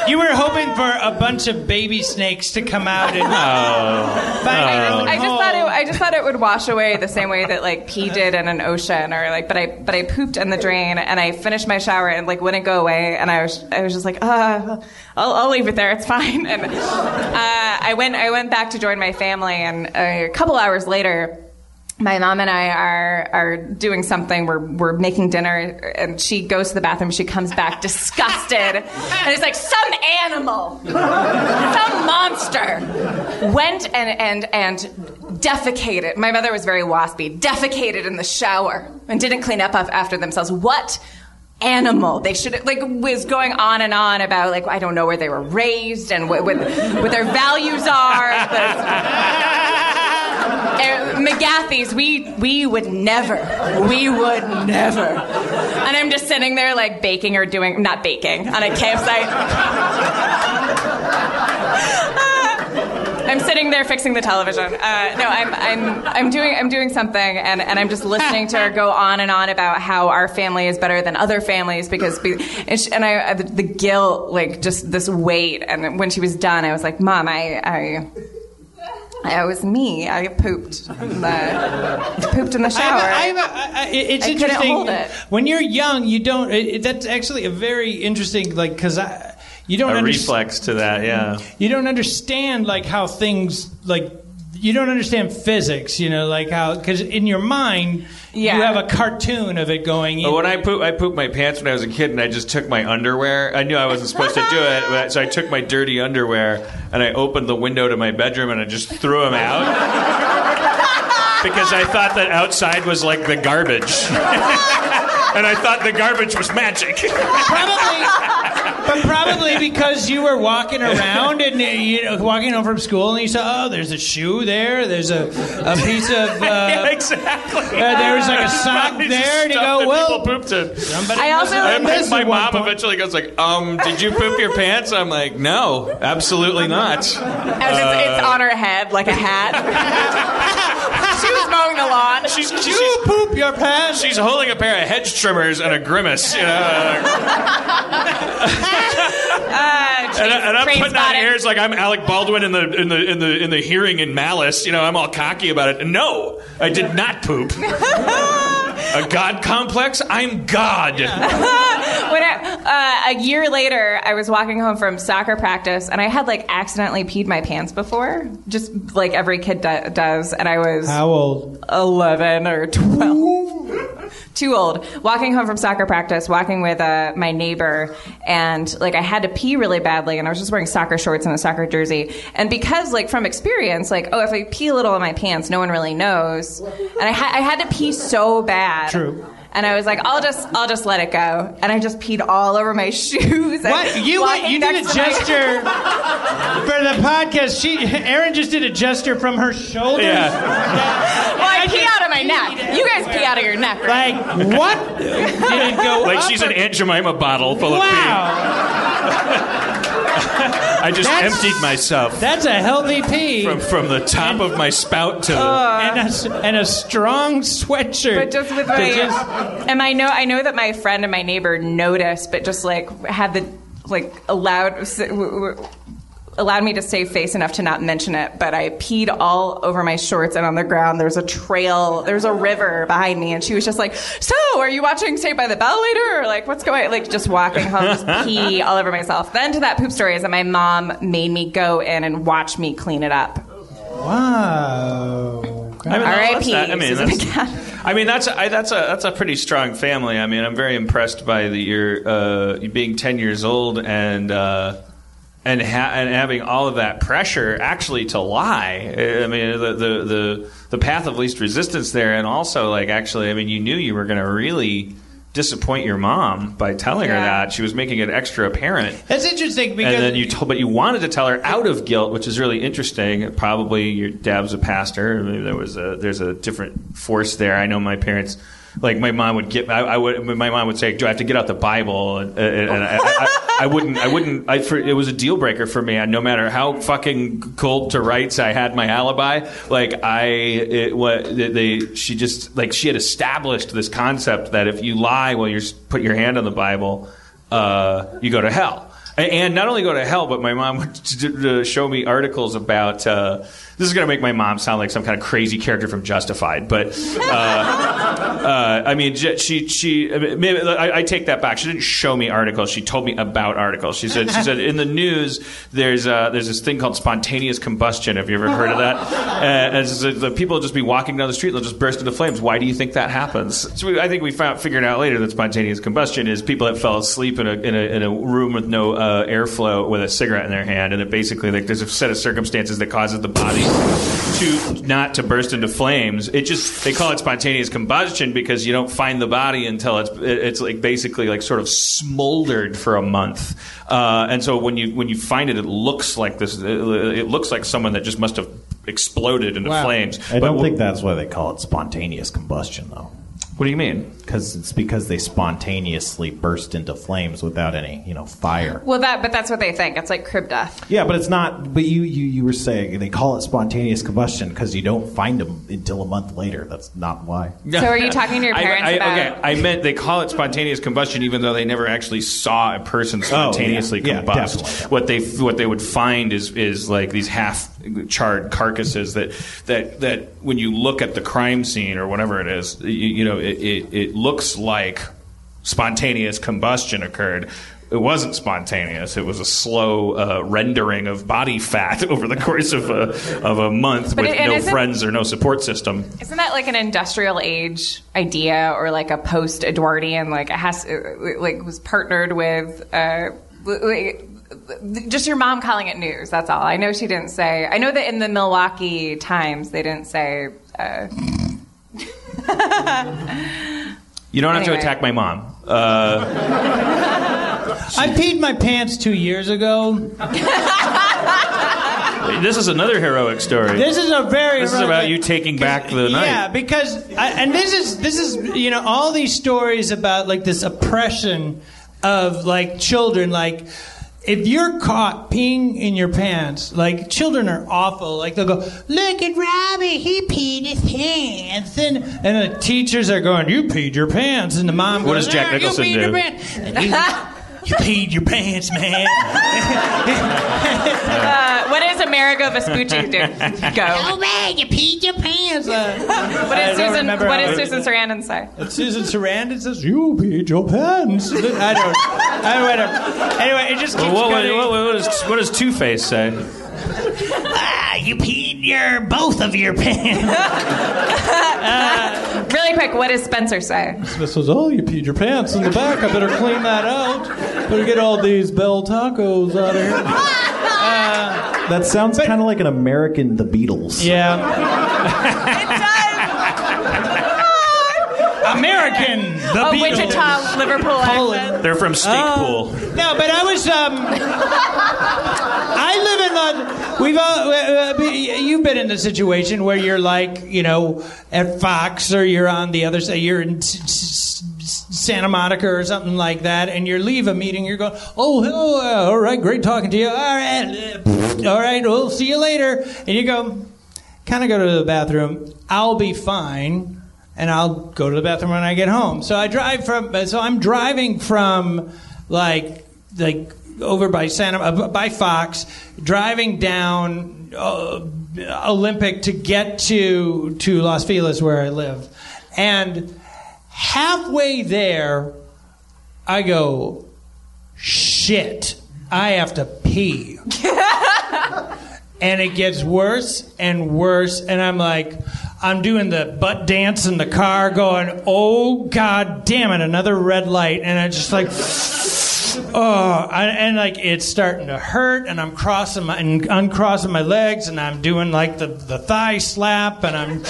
D: You were hoping for a bunch of baby snakes to come out and Oh. find
B: I just thought it. I just thought it would wash away the same way that like pee did in an ocean, or like. But I but I pooped in the drain, and I finished my shower, and like wouldn't go away, and I was I was just like, uh, I'll, I'll leave it there. It's fine. And uh, I went I went back to join my family, and a couple hours later. My mom and I are are doing something. We're we're making dinner, and she goes to the bathroom. She comes back disgusted, and it's like some animal some monster went and, and, and defecated. My mother was very waspy, defecated in the shower and didn't clean up af- after themselves. What animal? They should, like, was going on and on about, like, I don't know where they were raised and what, what, what their values are. but- uh, McGathy's, we we would never, we would never. And I'm just sitting there like baking or doing, not baking, on a campsite. I'm sitting there fixing the television. Uh, no, I'm, I'm, I'm doing I'm doing something, and, and I'm just listening to her go on and on about how our family is better than other families because be, and, she, and I the, the guilt like just this weight. And when she was done, I was like, Mom, I. I I was me. I pooped in the, pooped in the
D: I
B: shower.
D: have a- I have a- I- I- it's
B: I couldn't
D: interesting.
B: hold it.
D: When you're young, you don't. It, it- that's actually a very interesting, like, because I, you don't
C: A
D: understand.
C: reflex to that, yeah.
D: you don't understand like how things like you don't understand physics you know like how because in your mind
B: Yeah.
D: you have a cartoon of it going in
C: But when I poop, I pooped my pants when I was a kid, and I just took my underwear. I knew I wasn't supposed to do it, but- so I took my dirty underwear and I opened the window to my bedroom and I just threw them out because I thought that outside was like the garbage, and I thought the garbage was magic.
D: probably but probably because you were walking around and uh, you know walking home from school and you saw oh there's a shoe there there's a, a piece of uh,
C: exactly.
D: uh, there was like a sock
C: Probably just
D: there and you
C: stuff
D: go
C: that
D: well
C: people pooped it.
D: somebody
B: I
D: must
B: also-
D: have
C: And
D: done
C: my,
D: this at
C: my
D: one
C: mom
D: point.
C: eventually goes like, "Um, did you poop your pants?" I'm like, "No, absolutely not."
B: And it's, it's on her head like a hat. she was mowing the lawn.
C: She's, she's,
D: you poop your pants
C: She's holding a pair of hedge trimmers and a grimace, you know.
B: Uh,
C: and, I, and I'm
B: train
C: putting on
B: spotting.
C: airs like I'm Alec Baldwin in the in the in the in the hearing in Malice. You know, I'm all cocky about it. No, I did not poop. A god complex? I'm God.
B: when I, uh, a year later, I was walking home from soccer practice, and I had like accidentally peed my pants before, just like every kid do- does. And I was
D: How old?
B: 11 or 12. Too old. Walking home from soccer practice, walking with uh, my neighbor, and like I had to pee really badly, and I was just wearing soccer shorts and a soccer jersey. And because, like, from experience, like, oh, if I pee a little in my pants, no one really knows. And I, ha- I had to pee so bad.
D: True.
B: And I was like, I'll just, I'll just let it go. And I just peed all over my shoes. and
D: What you
B: walking
D: went, you did
B: next
D: a
B: to my-
D: gesture for the podcast. She Erin just did a gesture from her shoulders.
C: Yeah.
B: Well, I pee out of my neck. You guys pee out of your neck. Right?
D: Like what? Did it go
C: Like
D: up
C: she's
D: or-
C: an Aunt Jemima bottle full of pee.
D: Wow,
C: I just
D: That's-
C: emptied myself
D: that's a healthy pee
C: from, from the top of my spout to the.
D: and, a, s- and a strong sweatshirt.
B: But just with my,
D: to just-
B: and I know I know that my friend and my neighbor noticed, but just like had the like allowed s- w- w- allowed me to save face enough to not mention it. But I peed all over my shorts and on the ground. There's a trail. There's a river behind me, and she was just like, "So, are you watching Saved by the Bell later? Or like, what's going?" Like just walking home, just pee all over myself. Then to that poop story is that my mom made me go in and watch me clean it up.
D: wow.
C: I mean, no, that's
B: R.I.P.
C: not- I mean,
B: Susan
C: that's,
B: McCann.
C: I mean, that's I, that's a that's a pretty strong family. I mean, I'm very impressed by the your uh, you being 10 years old and uh, and ha- and having all of that pressure actually to lie. I I mean, the, the the the path of least resistance there, and also like actually, I mean, you knew you were going to really disappoint your mom by telling her
B: Yeah.
C: that she was making it extra apparent.
D: That's interesting because
C: And then you told, but you wanted to tell her out of guilt, which is really interesting. Probably your dad's a pastor. Maybe there was a there's a different force there. I know my parents. Like my mom would get, I, I would. My mom would say, "Do I have to get out the Bible?" And, and, and I, I, I wouldn't. I wouldn't. I, for, it was a deal breaker for me. I, no matter how fucking cold to rights I had my alibi, like I, it, what they, they, she just like she had established this concept that if you lie while you're s- put your hand on the Bible, uh, you go to hell. And- And not only go to hell, but my mom would t- t- uh, show me articles about. Uh, this is going to make my mom sound like some kind of crazy character from Justified, but uh, uh, I mean, j- she she I mean, maybe I, I take that back. She didn't show me articles. She told me about articles. She said she said in the news there's uh, there's this thing called spontaneous combustion. Have you ever heard of that? Uh, and she said, the people will just be walking down the street, they'll just burst into flames. Why do you think that happens? So we, I think we found, figured out later that spontaneous combustion is people that fell asleep in a in a, in a room with no uh, airflow with a cigarette in their hand, and that basically like there's a set of circumstances that causes the body to not to burst into flames. It just they call it spontaneous combustion because you don't find the body until it's it- it's like basically like sort of smoldered for a month. Uh, and so when you when you find it, it looks like this. It, it looks like someone that just must have exploded into
D: Wow.
C: flames.
I: I
C: But
I: don't
C: wh-
I: think that's why they call it spontaneous combustion, though.
C: What do you mean?
I: Because it's because they spontaneously burst into flames without any, you know, fire.
B: Well, that but that's what they think. It's like crib death.
I: Yeah, but it's not. But you, you, you were saying they call it spontaneous combustion because you don't find them until a month later. That's not why.
B: So are you talking to your
C: I-
B: parents
C: I,
B: about?
C: Okay, I meant they call it spontaneous combustion, even though they never actually saw a person spontaneously
I: Oh, yeah,
C: combust.
I: definitely.
C: What they what they would find is is like these half charred carcasses that that that when you look at the crime scene or whatever it is, you, you know, it, it, it looks like spontaneous combustion occurred. It wasn't spontaneous. It was a slow uh, rendering of body fat over the course of a, of a month
B: But
C: with
B: it- and
C: no
B: isn't-
C: friends or no support system.
B: Isn't that like an industrial age idea or like a post Edwardian? Like it has, it, like was partnered with. Uh, like, just your mom calling it news. That's all. I know she didn't say. I know that in the Milwaukee Times they didn't say. Uh,
C: You don't have
B: Anyway.
C: to attack my mom. Uh,
D: I peed my pants two years ago.
C: This is another heroic story.
D: This is a very.
C: This is about you taking back the night.
D: Yeah, because I, and this is this is you know all these stories about like this oppression of like children like. If you're caught peeing in your pants, like children are awful. Like they'll go, "Look at Robbie, he peed his pants," and and the teachers are going, "You peed your pants," and the mom
C: What
D: goes,
C: does Jack
D: "Ah, you
C: Nicholson
D: peed your
C: do?"
D: pants." And he- You peed your pants, man.
B: Uh, what is Amerigo Vespucci do? Go.
D: man, you peed your pants.
B: What is
D: don't
B: Susan?
D: remember
B: What
D: how
B: is
D: it-
B: Susan Sarandon say?
D: Susan Sarandon says, "You peed your pants." I don't. I whatever. Anyway, it just keeps
C: Well, what,
D: going.
C: what, what, what, does, what does Two Face say?
D: Ah, you peed your both of your pants.
B: Really quick, what does Spencer say?
D: Smith says, "Oh, you peed your pants in the back. I better clean that out. Better get all these bell tacos out of here."
I: That sounds kind of like an American The Beatles.
D: Yeah, American. The
B: A
D: Beatles.
B: Wichita, Liverpool accent.
C: They're
D: Uh,
C: from Steakpool.
D: No, but I was. Um, I live in London. We've all. Uh, uh, you've been in the situation where you're like, you know, at Fox or you're on the other side. You're in s- s- s- Santa Monica or something like that, and you leave a meeting. You're going, oh, hello, uh, all right, great talking to you. All right, uh, pfft, all right, we'll see you later. And you go, kind of go to the bathroom. I'll be fine, and I'll go to the bathroom when I get home. So I drive from. So I'm driving from like like over by Santa uh, by Fox, driving down uh, Olympic to get to to Los Feliz where I live, and halfway there, I go, shit, I have to pee and it gets worse and worse and i'm like i'm doing the butt dance in the car going oh god damn it another red light and i just like oh I, and like it's starting to hurt and i'm crossing my and uncrossing my legs and i'm doing like the, the thigh slap and i'm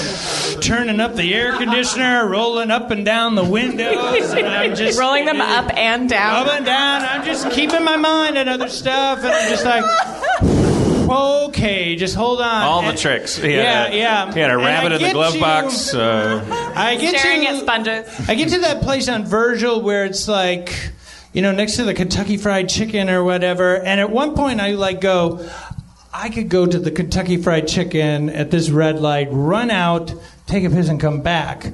D: turning up the air conditioner rolling up and down the windows and i'm just
B: Rolling them up and down.
D: up and down. I'm just keeping my mind on other stuff, and I'm just like, okay, just hold on.
C: All the
D: And
C: tricks. He
D: Yeah,
C: had a,
D: yeah.
C: He had a
D: And I
C: rabbit in the
D: get
C: glove
D: to-
C: box. Uh,
D: I get
B: Staring
D: to,
B: at sponges.
D: I get to that place on Virgil where it's like, you know, next to the Kentucky Fried Chicken or whatever. And at one point, I like go, I could go to the Kentucky Fried Chicken at this red light, run out, take a piss, and come back.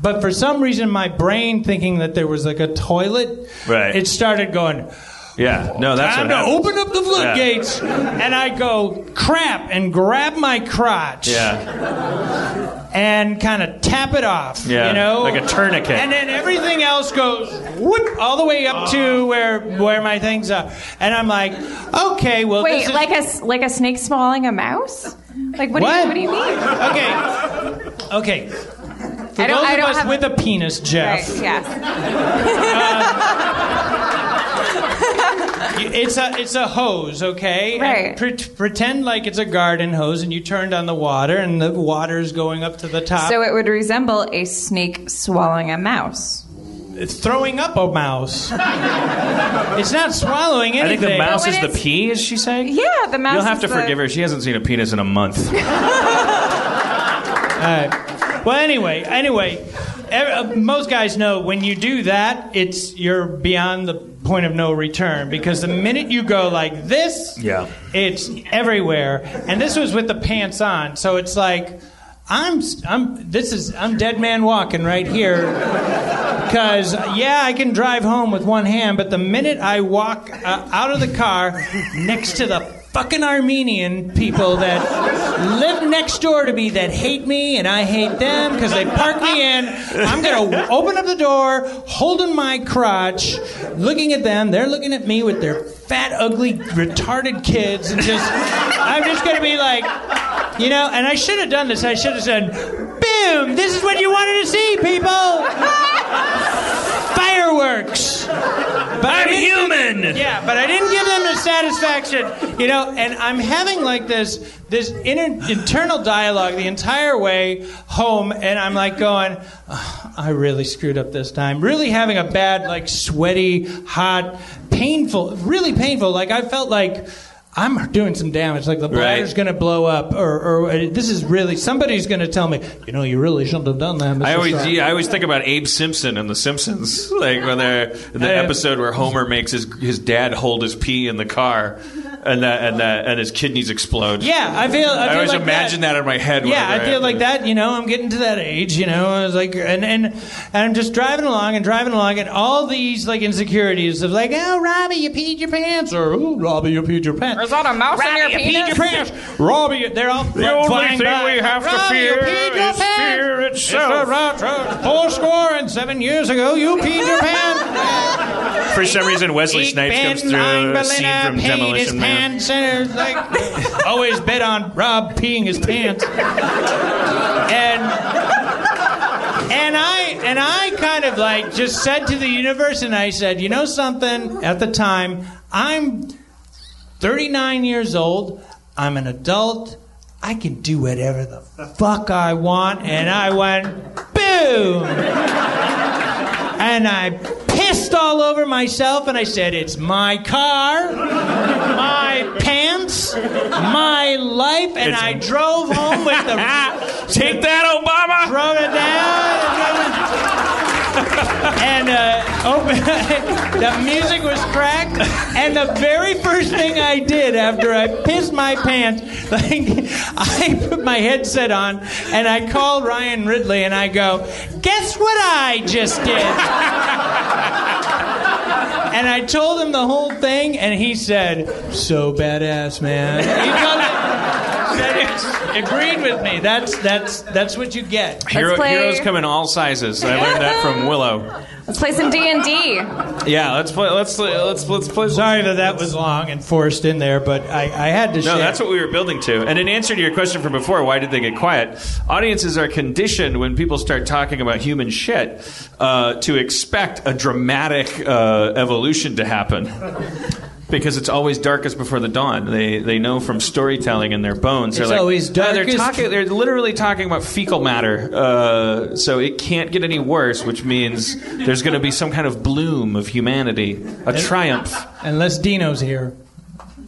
D: But for some reason, my brain thinking that there was like a toilet,
C: Right.
D: it started going.
C: yeah, no, that's
D: Time
C: what
D: to
C: happened.
D: open up the floodgates, and I go crap and grab my crotch
C: Yeah,
D: and kind of tap it off.
C: Yeah,
D: you know,
C: like a tourniquet.
D: And then everything else goes whoop all the way up
C: Ah.
D: to where where my things are, and I'm like, okay, well,
B: Wait,
D: this is-
B: like a s- like a snake swallowing a mouse? Like what?
D: What?
B: Do you, what do you mean?
D: okay, okay. For
B: I don't-
D: those
B: I
D: of
B: don't
D: us
B: have
D: with
B: a-
D: a penis, Jeff,
B: Right, yeah.
D: it's a it's a hose, okay? And
B: Right.
D: pre- pretend like it's a garden hose, and you turned on the water, and the water's going up to the top.
B: So it would resemble a snake swallowing a mouse.
D: It's throwing up a mouse. it's not swallowing
C: I think
D: anything.
C: the mouse
B: But
C: is the
B: it's-
C: pea. Is she saying?
B: Yeah, the mouse.
C: You'll have
B: is
C: to
B: the-
C: forgive her. She hasn't seen a penis in a month.
D: Well, anyway, anyway, ev- uh, most guys know when you do that, it's you're beyond the point of no return because the minute you go like this,
C: Yeah.
D: it's everywhere. And this was with the pants on, so it's like. I'm, s- I'm, this is, I'm dead man walking right here. Because, yeah, I can drive home with one hand, but the minute I walk uh, out of the car next to the fucking Armenian people that live next door to me that hate me and I hate them because they park me in, I'm going to open up the door, holding my crotch, looking at them. They're looking at me with their fat, ugly, retarded kids. And just, I'm just going to be like, you know, and I should have done this. I should have said, boom, this is what you wanted to see, people fireworks. But I'm human. Yeah, but I didn't give them the satisfaction, you know. And I'm having like this this inner internal dialogue the entire way home, and I'm like going, "Ugh, I really screwed up this time. Really having a bad, like sweaty, hot, painful, really painful. Like I felt like. I'm doing some damage. Like the bladder's going to blow up, or, or uh, this is really somebody's going to tell me. You know, you really shouldn't have done that. Mr.
C: I always,
D: Starr."
C: yeah, I always think about Abe Simpson and The Simpsons, like when they're the
D: Uh,
C: episode where Homer makes his his dad hold his pee in the car, and that, and that, and his kidneys explode.
D: Yeah, I feel. I,
C: I
D: feel
C: always
D: like
C: imagine that. in my head.
D: Yeah,
C: whenever
D: I feel like that. You know, I'm getting to that age. You know, I was like, and and and I'm just driving along and driving along, and all these like insecurities of like, oh, Robbie, you peed your pants, or oh, Robbie, you peed your pants.
B: Is that a mouse in your
D: Peed your
B: penis?
D: pants, Robbie. They're all
C: The only
D: flying
C: thing
D: by.
C: we have to
D: Robbie,
C: fear
D: you peed your
C: is
D: pants.
C: fear itself.
D: It's a rat- rat- Four score and seven years ago, you peed your pants.
C: For some reason, Wesley
D: Ich
C: Snipes
D: bin
C: comes through
D: ein
C: a scene
D: Berliner
C: from
D: peed
C: Demolition
D: his
C: Man.
D: pants, and it's like always bet on Rob peeing his pants, and and I and I kind of like just said to the universe, and I said, you know something? At the time, I'm 39 years old. I'm an adult. I can do whatever the fuck I want, and I went boom and I pissed all over myself and I said, It's my car, my pants, my life, and I drove home with the
C: Take that, Obama!
D: drove it down. And uh, open, the music was cracked. And the very first thing I did after I pissed my pants, like I put my headset on and I called Ryan Ridley and I go, "Guess what I just did?" and I told him the whole thing, and he said, "So badass, man." He told me- Agreed with me. That's that's that's what you get.
C: Hero,
B: play-
C: Heroes come in all sizes. I learned that from Willow.
B: Let's play some D and D.
C: Yeah, let's play. Let's let's let's play.
D: Sorry that that was long and forced in there, but I, I had to
C: No,
D: share.
C: that's what we were building to. And in answer to your question from before, why did they get quiet? Audiences are conditioned when people start talking about human shit uh, to expect a dramatic uh, evolution to happen. Because it's always darkest before the dawn. They they know from storytelling in their bones. They're
D: It's
C: like,
D: always
C: "Oh, they're
D: darkest-
C: talking. They're literally talking about fecal matter. Uh, so it can't get any worse, which means there's going to be some kind of bloom of humanity, a triumph.
D: Unless Dino's here.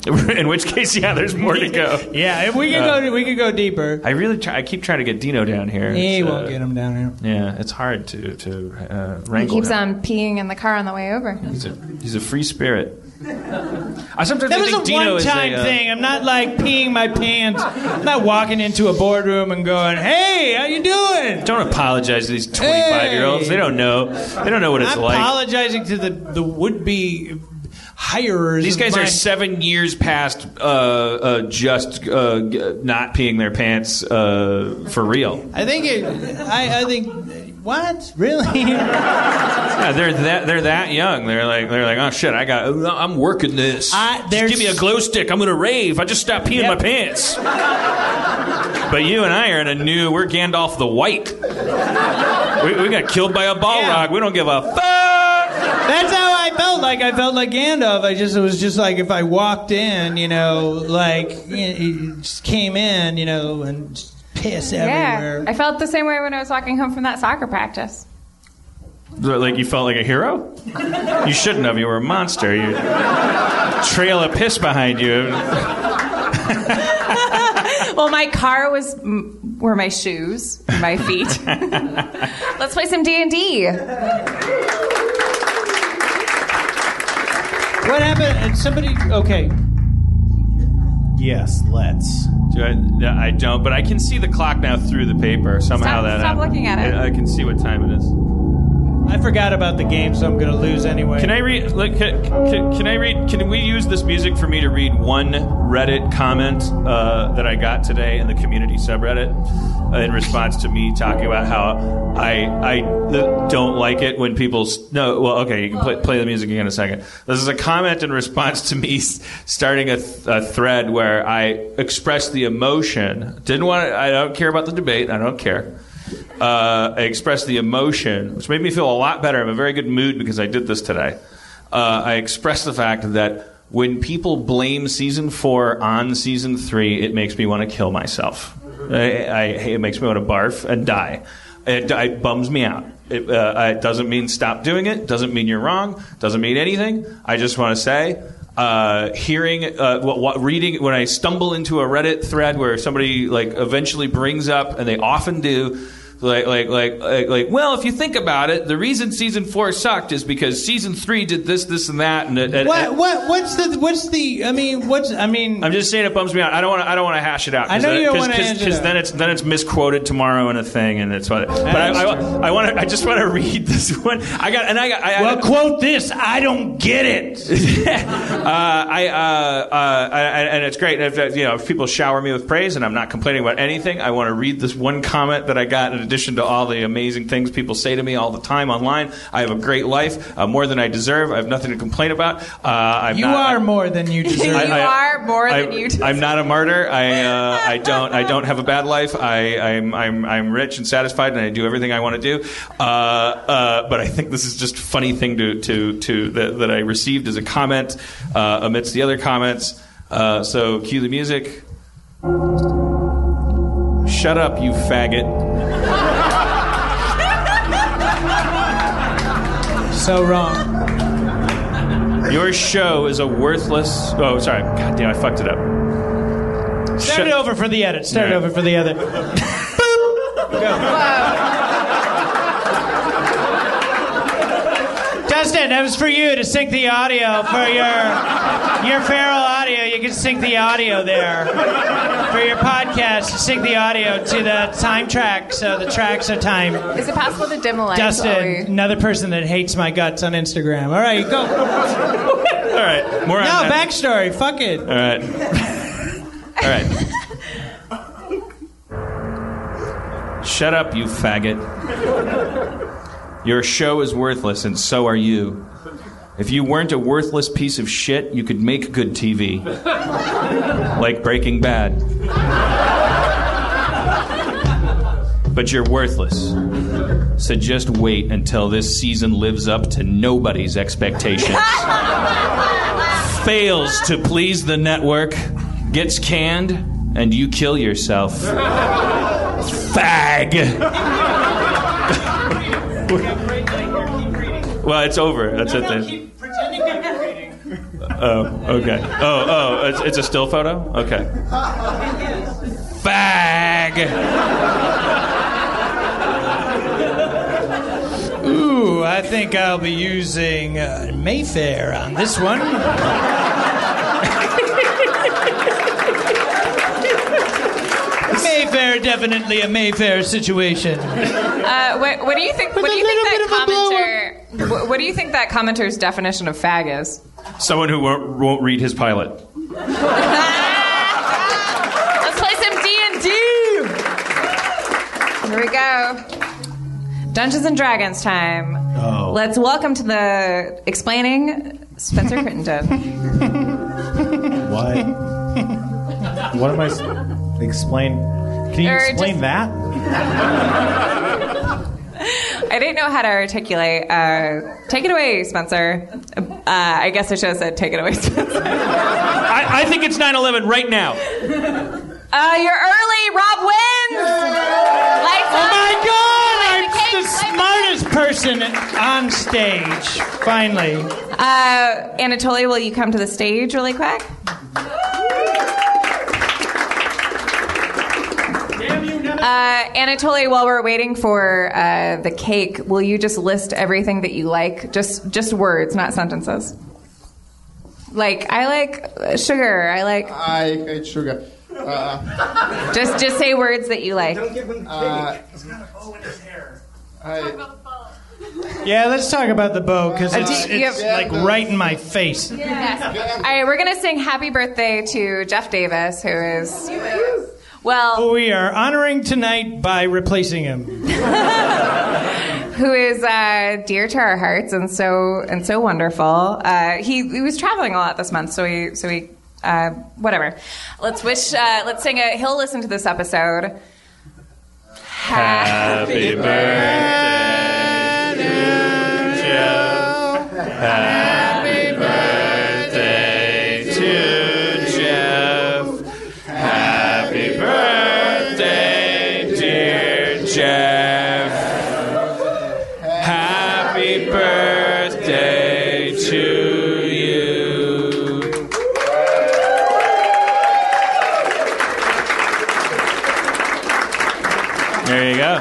C: in which case, yeah, there's more to go.
D: Yeah, if we could go, we could go deeper.
C: I really try. I keep trying to get Dino down here.
D: He
C: It's, uh,
D: won't get him down here.
C: Yeah, it's hard to to uh,
B: He
C: wrangle.
B: keeps
C: him.
B: on peeing in the car on the way over.
C: He's a, he's a free spirit. I sometimes
D: That
C: I
D: was
C: think
D: a
C: Dino is
D: one-time
C: a, uh,
D: thing. I'm not like peeing my pants. I'm not walking into a boardroom and going, "Hey, how you doing?"
C: Don't apologize to these twenty-five-year-olds. They don't know. They don't know what it's
D: I'm
C: like.
D: apologizing to the the would-be hirers.
C: These
D: of
C: guys
D: my-
C: are seven years past uh, uh, just uh, g- not peeing their pants uh, for real.
D: I think it. I, I think. What really?
C: Yeah, they're that they're that young. They're like they're like oh shit. I got I'm working this.
D: I-
C: Just
D: there's-
C: give me a glow stick. I'm gonna rave. I just stopped peeing my pants. but you and I are in a new. We're Gandalf the White. we, we got killed by a Balrog.
D: Yeah.
C: We don't give a fuck.
D: That's how I felt like I felt like Gandalf. I just it was just like if I walked in, you know, like y- y- just came in, you know, and just piss
B: Yeah,
D: everywhere.
B: I felt the same way when I was walking home from that soccer practice.
C: Like you felt like a hero. You shouldn't have. You were a monster. You trail a piss behind you.
B: Well, my car was m- were my shoes, my feet. Let's play some D and D.
D: What happened? And somebody, okay,
I: Yes, let's.
C: Do I? Yeah, I don't. But I can see the clock now through the paper. Somehow
B: Stop-
C: that.
B: stop
C: happened.
B: looking at it.
C: I, I can see what time it is.
D: I forgot about the game, so I'm gonna lose anyway.
C: Can I read? Like, can, can, can I read? Can we use this music for me to read one Reddit comment uh, that I got today in the community subreddit uh, in response to me talking about how I I th- don't like it when people s- no. Well, okay, you can play, play the music again in a second. This is a comment in response to me s- starting a, th- a thread where I expressed the emotion. Didn't want. To, I don't care about the debate. I don't care uh, I expressed the emotion, which made me feel a lot better. I'm in a very good mood because I did this today. Uh, I expressed the fact that when people blame season four on season three, it makes me want to kill myself. I, I, it makes me want to barf and die. It, it bums me out. It, uh, it doesn't mean stop doing it. Doesn't mean you're wrong. Doesn't mean anything. I just want to say uh, hearing, uh, what, what, reading, when I stumble into a Reddit thread where somebody like eventually brings up, and they often do, like, like, like, like, like, well, if you think about it, the reason season four sucked is because season three did this, this, and that, and it, it-
D: What what what's the what's the? I mean, what's I mean?
C: I'm just saying it bums me out. I don't want to. I don't want to hash it out.
D: I know you don't wanna hash it
C: because
D: out.
C: then it's then it's misquoted tomorrow in a thing, and it's what. But I, I, I want to. I just want to read this one. I got and I got. I,
D: well, quote this. I don't get it.
C: uh, I, uh, uh, and, and it's great. And if, uh, you know, if people shower me with praise, and I'm not complaining about anything, I want to read this one comment that I got. In addition to all the amazing things people say to me all the time online, I have a great life, uh, more than I deserve. I have nothing to complain about. Uh, I'm
D: You
C: not-
D: are more than you deserve.
B: You are more than
C: I-
B: you deserve.
C: I'm not a martyr. I uh, I don't I don't have a bad life. I I'm I'm I'm rich and satisfied, and I do everything I want to do. Uh, uh, but I think this is just a funny thing to to to that, that I received as a comment uh, amidst the other comments. Uh, so cue the music. Shut up, you faggot.
D: So wrong.
C: Your show is a worthless. Oh, sorry. God damn, I fucked it up.
D: Start
C: Shut-
D: it over for the edit. Start it
C: Yeah.
D: over for the other. Dustin, that was for you to sync the audio for your your feral audio. You can sync the audio there for your podcast. Sync the audio to the time track, so the tracks are timed.
B: Is it possible to dim the lights? while
D: Dustin,
B: we-
D: another person that hates my guts on Instagram. All right, go.
C: All right, more on
D: No
C: that.
D: backstory. Fuck it.
C: All right. All right. Shut up, you faggot. Your show is worthless, and so are you. If you weren't a worthless piece of shit, you could make good TV. Like Breaking Bad. But you're worthless. So just wait until this season lives up to nobody's expectations fails to please the network, gets canned, and you kill yourself. Fag. well, it's over. That's it then. Oh, okay. Oh, oh, it's, it's a still photo? Okay. Fag.
D: Ooh, I think I'll be using uh, Mayfair on this one. Mayfair, definitely a Mayfair situation.
B: Uh, what, what do you think? What do
D: a
B: you think
D: little
B: that
D: bit
B: commenter? What, what do you think that commenter's definition of fag is?
C: Someone who won't, won't read his pilot.
B: Let's play some D and D. Here we go. Dungeons and Dragons time.
D: Oh.
B: Let's welcome to the explaining Spencer Crittenden.
I: What? what am I? s- Explain. Can you
B: Or
I: explain
B: just-
I: that?
B: I didn't know how to articulate. Uh, take it away, Spencer. Uh, I guess I should have said, "Take it away, Uh, Spencer."
C: I, I think it's 9 11 right now.
B: Uh, you're early. Rob wins. Lights
D: Oh
B: up.
D: my
B: Play the
D: God!
B: cake,
D: I'm the
B: play the
D: smartest person on stage. Finally,
B: Uh, Anatoly, will you come to the stage really quick? Uh, Anatoly, while we're waiting for uh, the cake, will you just list everything that you like? Just just words, not sentences. Like I like uh, sugar. I like
J: I ate sugar. Uh,
B: just just say words that you like.
J: uh, I,
D: yeah. Let's talk about the bow because it's,
B: do you
D: it's
B: have-
D: like right in my face.
B: Yes. All right, we're gonna sing Happy Birthday to Jeff Davis, who is well.
D: We are honoring tonight by replacing him.
B: who is uh, dear to our hearts and so and so wonderful. Uh, he, he was traveling a lot this month, so we so we uh, whatever. Let's wish. Uh, let's sing a. He'll listen to this episode. Ha-
C: Happy birthday, to Jeff. Happy birthday to Jeff. Happy birthday, dear Jeff. Happy birthday to you. There you go.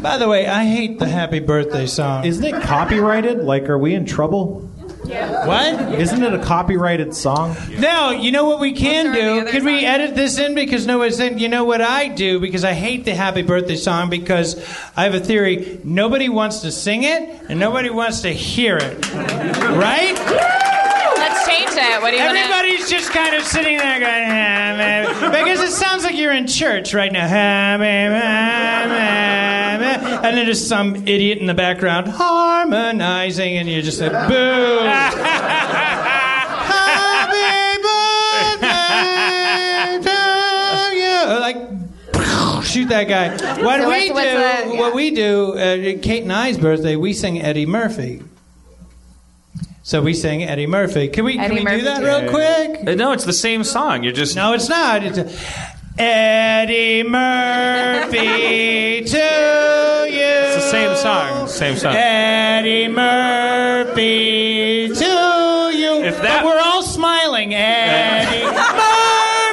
D: By the way, I hate the happy birthday song.
I: Isn't it copyrighted? Like, are we in trouble?
D: what?
I: Isn't it a copyrighted song?
D: No, you know what we can
B: Let's throw the
D: do?
B: other
D: Can we
B: song.
D: edit this in because no one's in? You know what I do because I hate the happy birthday song because I have a theory nobody wants to sing it and nobody wants to hear it. Right?
B: Let's change it. What do you want?
D: Everybody's just kind of sitting there going, "Ah, man," because it sounds like you're in church right now. Ah, man, ah, man, man. And then just some idiot in the background harmonizing, and you're just like, boo. Happy birthday to you. Like, shoot that guy. What
B: So
D: we
B: what's- what's
D: do,
B: that? Yeah.
D: what we do, uh, Kate and I's birthday, we sing Eddie Murphy. So we sing Eddie Murphy. Can we,
B: Eddie
D: can we
B: Murphy
D: do that
B: did.
D: real quick?
C: Uh, No, it's the same song. You're just
D: No, it's not. It's a- Eddie Murphy to you.
C: it's the same song. Same song.
D: Eddie Murphy to you.
C: If that-
D: but we're all smiling. Eddie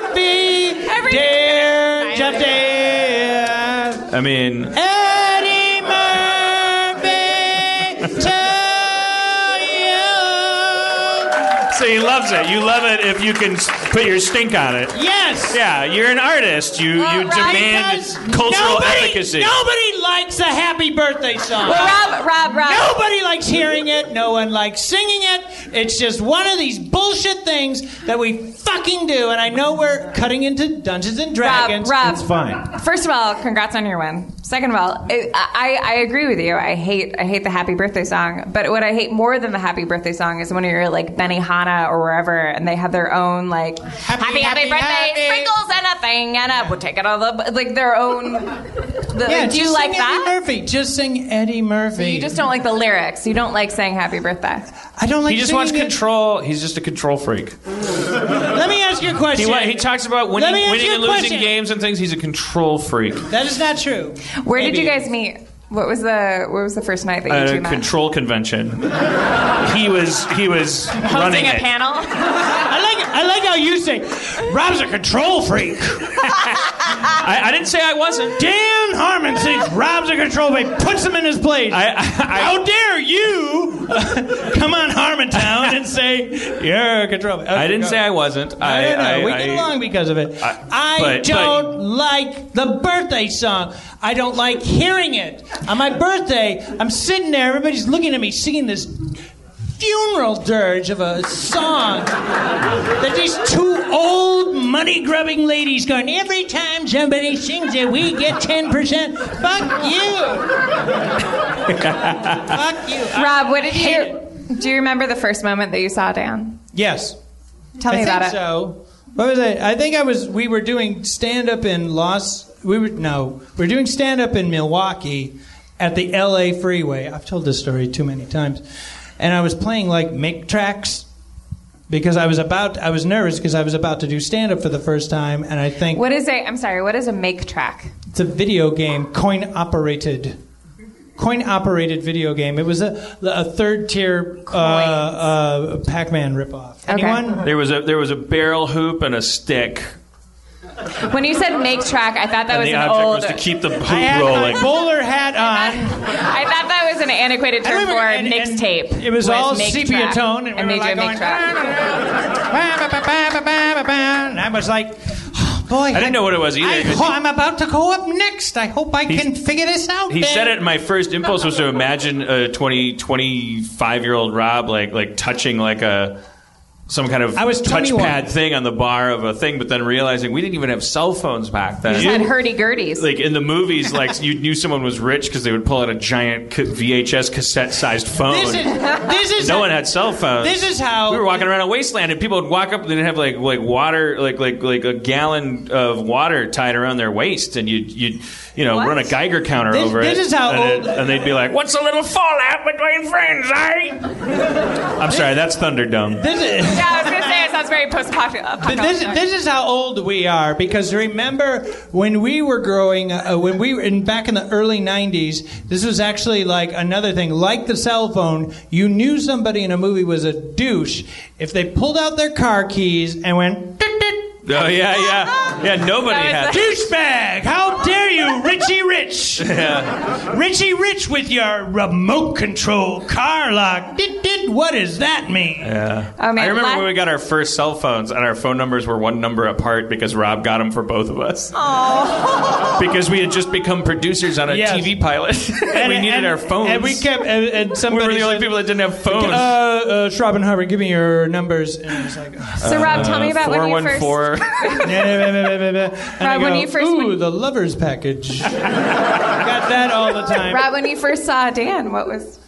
D: Murphy, dear Jeff Dave.
C: I mean,
D: Eddie Murphy to
C: so he loves it. You love it if you can s- put your stink on it.
D: you. Yes.
C: Yeah, you're an artist. You you demand
D: Because
C: cultural
D: nobody,
C: efficacy.
D: Nobody likes a happy birthday song.
B: Rob, Rob, Rob.
D: Nobody likes hearing it. No one likes singing it. It's just one of these bullshit things that we fucking do. And I know we're cutting into Dungeons
B: Rob,
D: and Dragons.
B: Rob.
I: Fine.
B: First of all, congrats on your win. Second of all, I, I, I agree with you. I hate I hate the happy birthday song. But what I hate more than the happy birthday song is when you're like Benihana or wherever, and they have their own like happy happy,
D: happy,
B: birthday
D: happy.
B: sprinkles and a thing and a we'll take it all the like their own. The,
D: Yeah,
B: do
D: just
B: you like
D: sing
B: that?
D: Eddie Murphy. Just sing Eddie Murphy.
B: You just don't like the lyrics. You don't like saying happy birthday.
D: I don't like
C: He just
D: singing
C: wants
D: it.
C: control. He's just a control freak.
D: Let me ask you a question.
C: He, wa- he talks about winning,
D: Let me ask
C: winning
D: you a
C: and losing
D: question.
C: games and things. He's a control freak.
D: That is not true.
B: Where did you
D: Maybe.
B: guys meet? What was the what was the first night that you
C: At
B: two
C: a
B: met?
C: control convention. he was he was running
B: Hosting a
C: it.
B: panel.
D: I like I like how you say, Rob's a control freak.
C: I, I didn't say I wasn't.
D: Dan Harmon thinks Rob's a control freak, puts him in his place.
C: I, I,
D: how dare you come on Harmontown and say you're a control freak.
C: I, I didn't say I wasn't. I,
D: I,
C: I,
D: don't know. we
C: I-
D: get along because of it. I,
C: but-
D: don't like the birthday song. I don't like hearing it. On my birthday, I'm sitting there, everybody's looking at me singing this funeral dirge of a song that these two old money grubbing ladies going, every time somebody sings it, we get 10%. Fuck you. Fuck you. I-
B: Rob, what did
D: hate
B: you do? You remember the first moment that you saw Dan?
D: yes.
B: Tell me
D: I
B: about
D: think
B: it.
D: so. What was it? I think I was. We were doing stand up in Los. We were no. We were doing stand up in Milwaukee at the L.A. Freeway. I've told this story too many times, and I was playing like make tracks because I was about. I was nervous because I was about to do stand up for the first time, and I think
B: What is a? I'm sorry. What is a make track?
D: it's a video game, coin operated. Coin operated video game. It was a, a third tier uh, uh, Pac Man ripoff.
B: Okay.
D: Anyone?
C: there was a there was a barrel hoop and a stick,
B: When you said make track, I thought that
C: and
B: was
C: the
B: an
C: object
B: old.
C: was to keep the
D: I
C: hoop
D: had
C: rolling.
D: my bowler hat on.
B: I thought that was an antiquated term for
D: and- and
B: mixtape.
D: It was, all
B: make
D: sepia
B: track,
D: tone, and,
B: and
D: we
B: they
D: were like
B: do a
D: going, "Ah,
B: make track.
D: and I was like, oh, boy, I
C: didn't know what it was either,
D: I
C: 'cause
D: ho-
C: he-
D: I'm about to go up next. I hope I
C: He-
D: can figure this out.
C: He
D: then.
C: said it. and My first impulse was to imagine a 20, 25 year old Rob like like touching like a some kind of
D: I was 21.
C: touchpad thing on the bar of a thing, but then realizing we didn't even have cell phones back then.
B: Just had hurdy gurdies.
C: like in the movies, like you knew someone was rich because they would pull out a giant ca- VHS cassette sized phone.
D: This is this is
C: no one had cell phones.
D: This is how-
C: we were walking around a wasteland, and people would walk up and they'd have like like water, like like like a gallon of water tied around their waist, and you you you know
B: What?
C: run a Geiger counter
D: This-
C: over
D: this
C: it.
D: is how
C: and, it-
D: old-
C: and they'd be like, "What's a little fallout between friends, eh?" I'm sorry, that's Thunderdome.
D: this is.
B: yeah, I was gonna say it sounds very uh, post-apocalyptic.
D: But this, this is how old we are because remember when we were growing uh, when we were in back in the early 90s this was actually like another thing like the cell phone you knew somebody in a movie was a douche if they pulled out their car keys and went
C: Oh yeah, yeah, yeah. Nobody
B: That was
C: had.
B: the-
D: douchebag how dare you you, Richie Rich. Richie Rich with your remote control car lock. Did, did, what does that mean?
B: Oh, man.
C: I remember
B: la-
C: when we got our first cell phones and our phone numbers were one number apart because Rob got them for both of us. because we had just become producers on a
D: Yes.
C: TV pilot and we needed our phones.
D: And we kept, and, and
C: We
D: somebody
C: were the only
D: said,
C: people that didn't have phones.
D: Uh, uh, Schraub and Hubbard, give me your numbers. And I was like,
B: So, Rob, tell me
D: Uh,
B: about when you first.
C: 414.
D: and I
B: Rob, when
D: go,
B: you first-
D: ooh, the lovers package. Got that all the time.
B: Rob, when you first saw Dan, what was?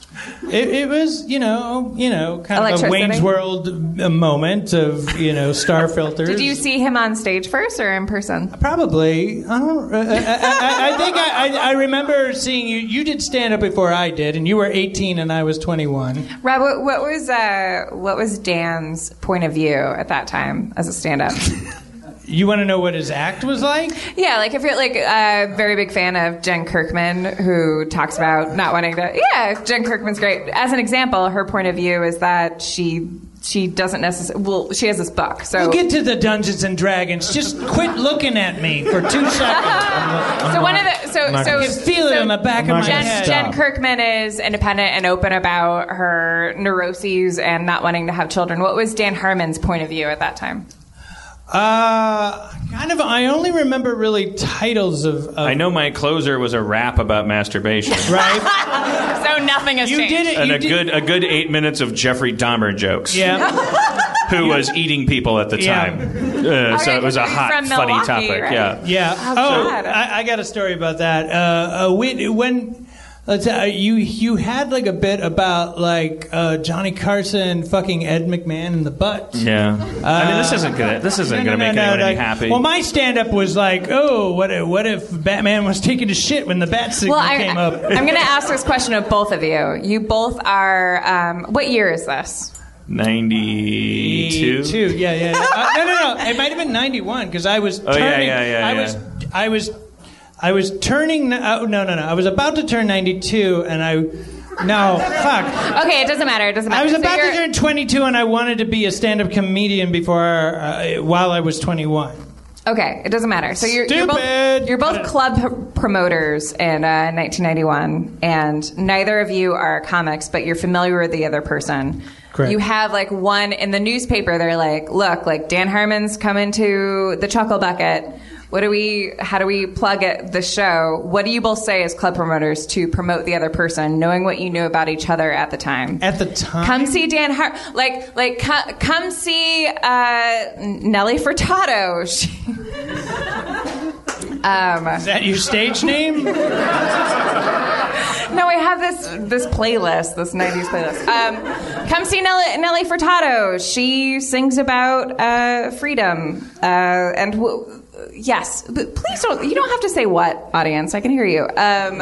D: It, it was, you know, you know, kind of a
B: Electricity.
D: Wayne's World uh, moment of, you know, star filters.
B: Did you see him on stage first or in person?
D: Probably. I don't. uh, I, I, I, I think I, I, I remember seeing you. You did stand up before I did, and you were 18 and I was 21.
B: Rob, what, what was uh, what was Dan's point of view at that time as a stand-up?
D: You want to know what his act was like?
B: yeah, like if you're like a very big fan of Jen Kirkman, who talks about not wanting to. Yeah, Jen Kirkman's great. As an example, her point of view is that she she doesn't necessarily. Well, she has this book, so.
D: We'll get to the Dungeons and Dragons. Just quit looking at me for two seconds.
B: so one of the so so
D: I can feel it
B: so
D: on the back of my
B: Jen,
D: head.
B: Jen Kirkman is independent and open about her neuroses and not wanting to have children. What was Dan Harmon's point of view at that time?
D: Uh, kind of. I only remember really titles of. of
C: I know my closer was a rap about masturbation.
D: Right.
B: So nothing has
D: You
B: changed.
D: did it.
C: And
D: you
C: a
D: did-
C: good a good eight minutes of Jeffrey Dahmer jokes.
D: Yeah.
C: Who was eating people at the
D: Yeah.
C: time. Uh, so
B: right,
C: it was a
B: because he's
C: hot,
B: from
C: funny
B: Milwaukee,
C: topic.
B: right?
C: Yeah.
D: Yeah.
B: Oh,
D: Oh,
B: God.
D: I, I got a story about that. Uh, uh, we, when let's, uh, you you had like a bit about like uh, Johnny Carson fucking Ed McMahon in the butt.
C: Yeah. I mean, this isn't gonna this isn't
D: No,
C: gonna
D: Uh,
C: make
D: no, no, no,
C: anyone any
D: like-
C: happy.
D: Well, my stand-up was like, oh, what if, what if Batman was taking a shit when the bat signal
B: Well, I,
D: came up?
B: I'm going to ask this question of both of you. You both are. Um, what year is this?
C: Ninety-two.
D: Two, yeah, yeah. yeah. Uh, no, no, no. It might have been ninety-one because I was.
C: Oh, yeah,
D: turning,
C: yeah, yeah,
D: I
C: yeah.
D: was. I was. I was turning. Oh, no, no, no. I was about to turn ninety-two, and I. No, fuck.
B: Okay, it doesn't matter. It doesn't matter.
D: I was
B: So
D: about to
B: you're-
D: turn 22, and I wanted to be a stand-up comedian before, uh, while I was 21.
B: Okay, it doesn't matter. So you're, you're
D: Stupid.
B: both you're both club promoters in uh, 1991, and neither of you are comics, but you're familiar with the other person.
D: Correct.
B: You have like one in the newspaper. They're like, look, like Dan Harmon's coming to the Chuckle Bucket. What do we? How do we plug it, the show? What do you both say as club promoters to promote the other person, knowing what you knew about each other at the time?
D: At the time,
B: Come see Dan Har like like co- come see uh, Nelly Furtado. She-
D: is that your stage name?
B: no, I have this this playlist, this '90s playlist. Um, come see Nelly, Nelly Furtado. She sings about uh, freedom. Uh, and w- yes, but please don't. You don't have to say what audience. I can hear you. Um,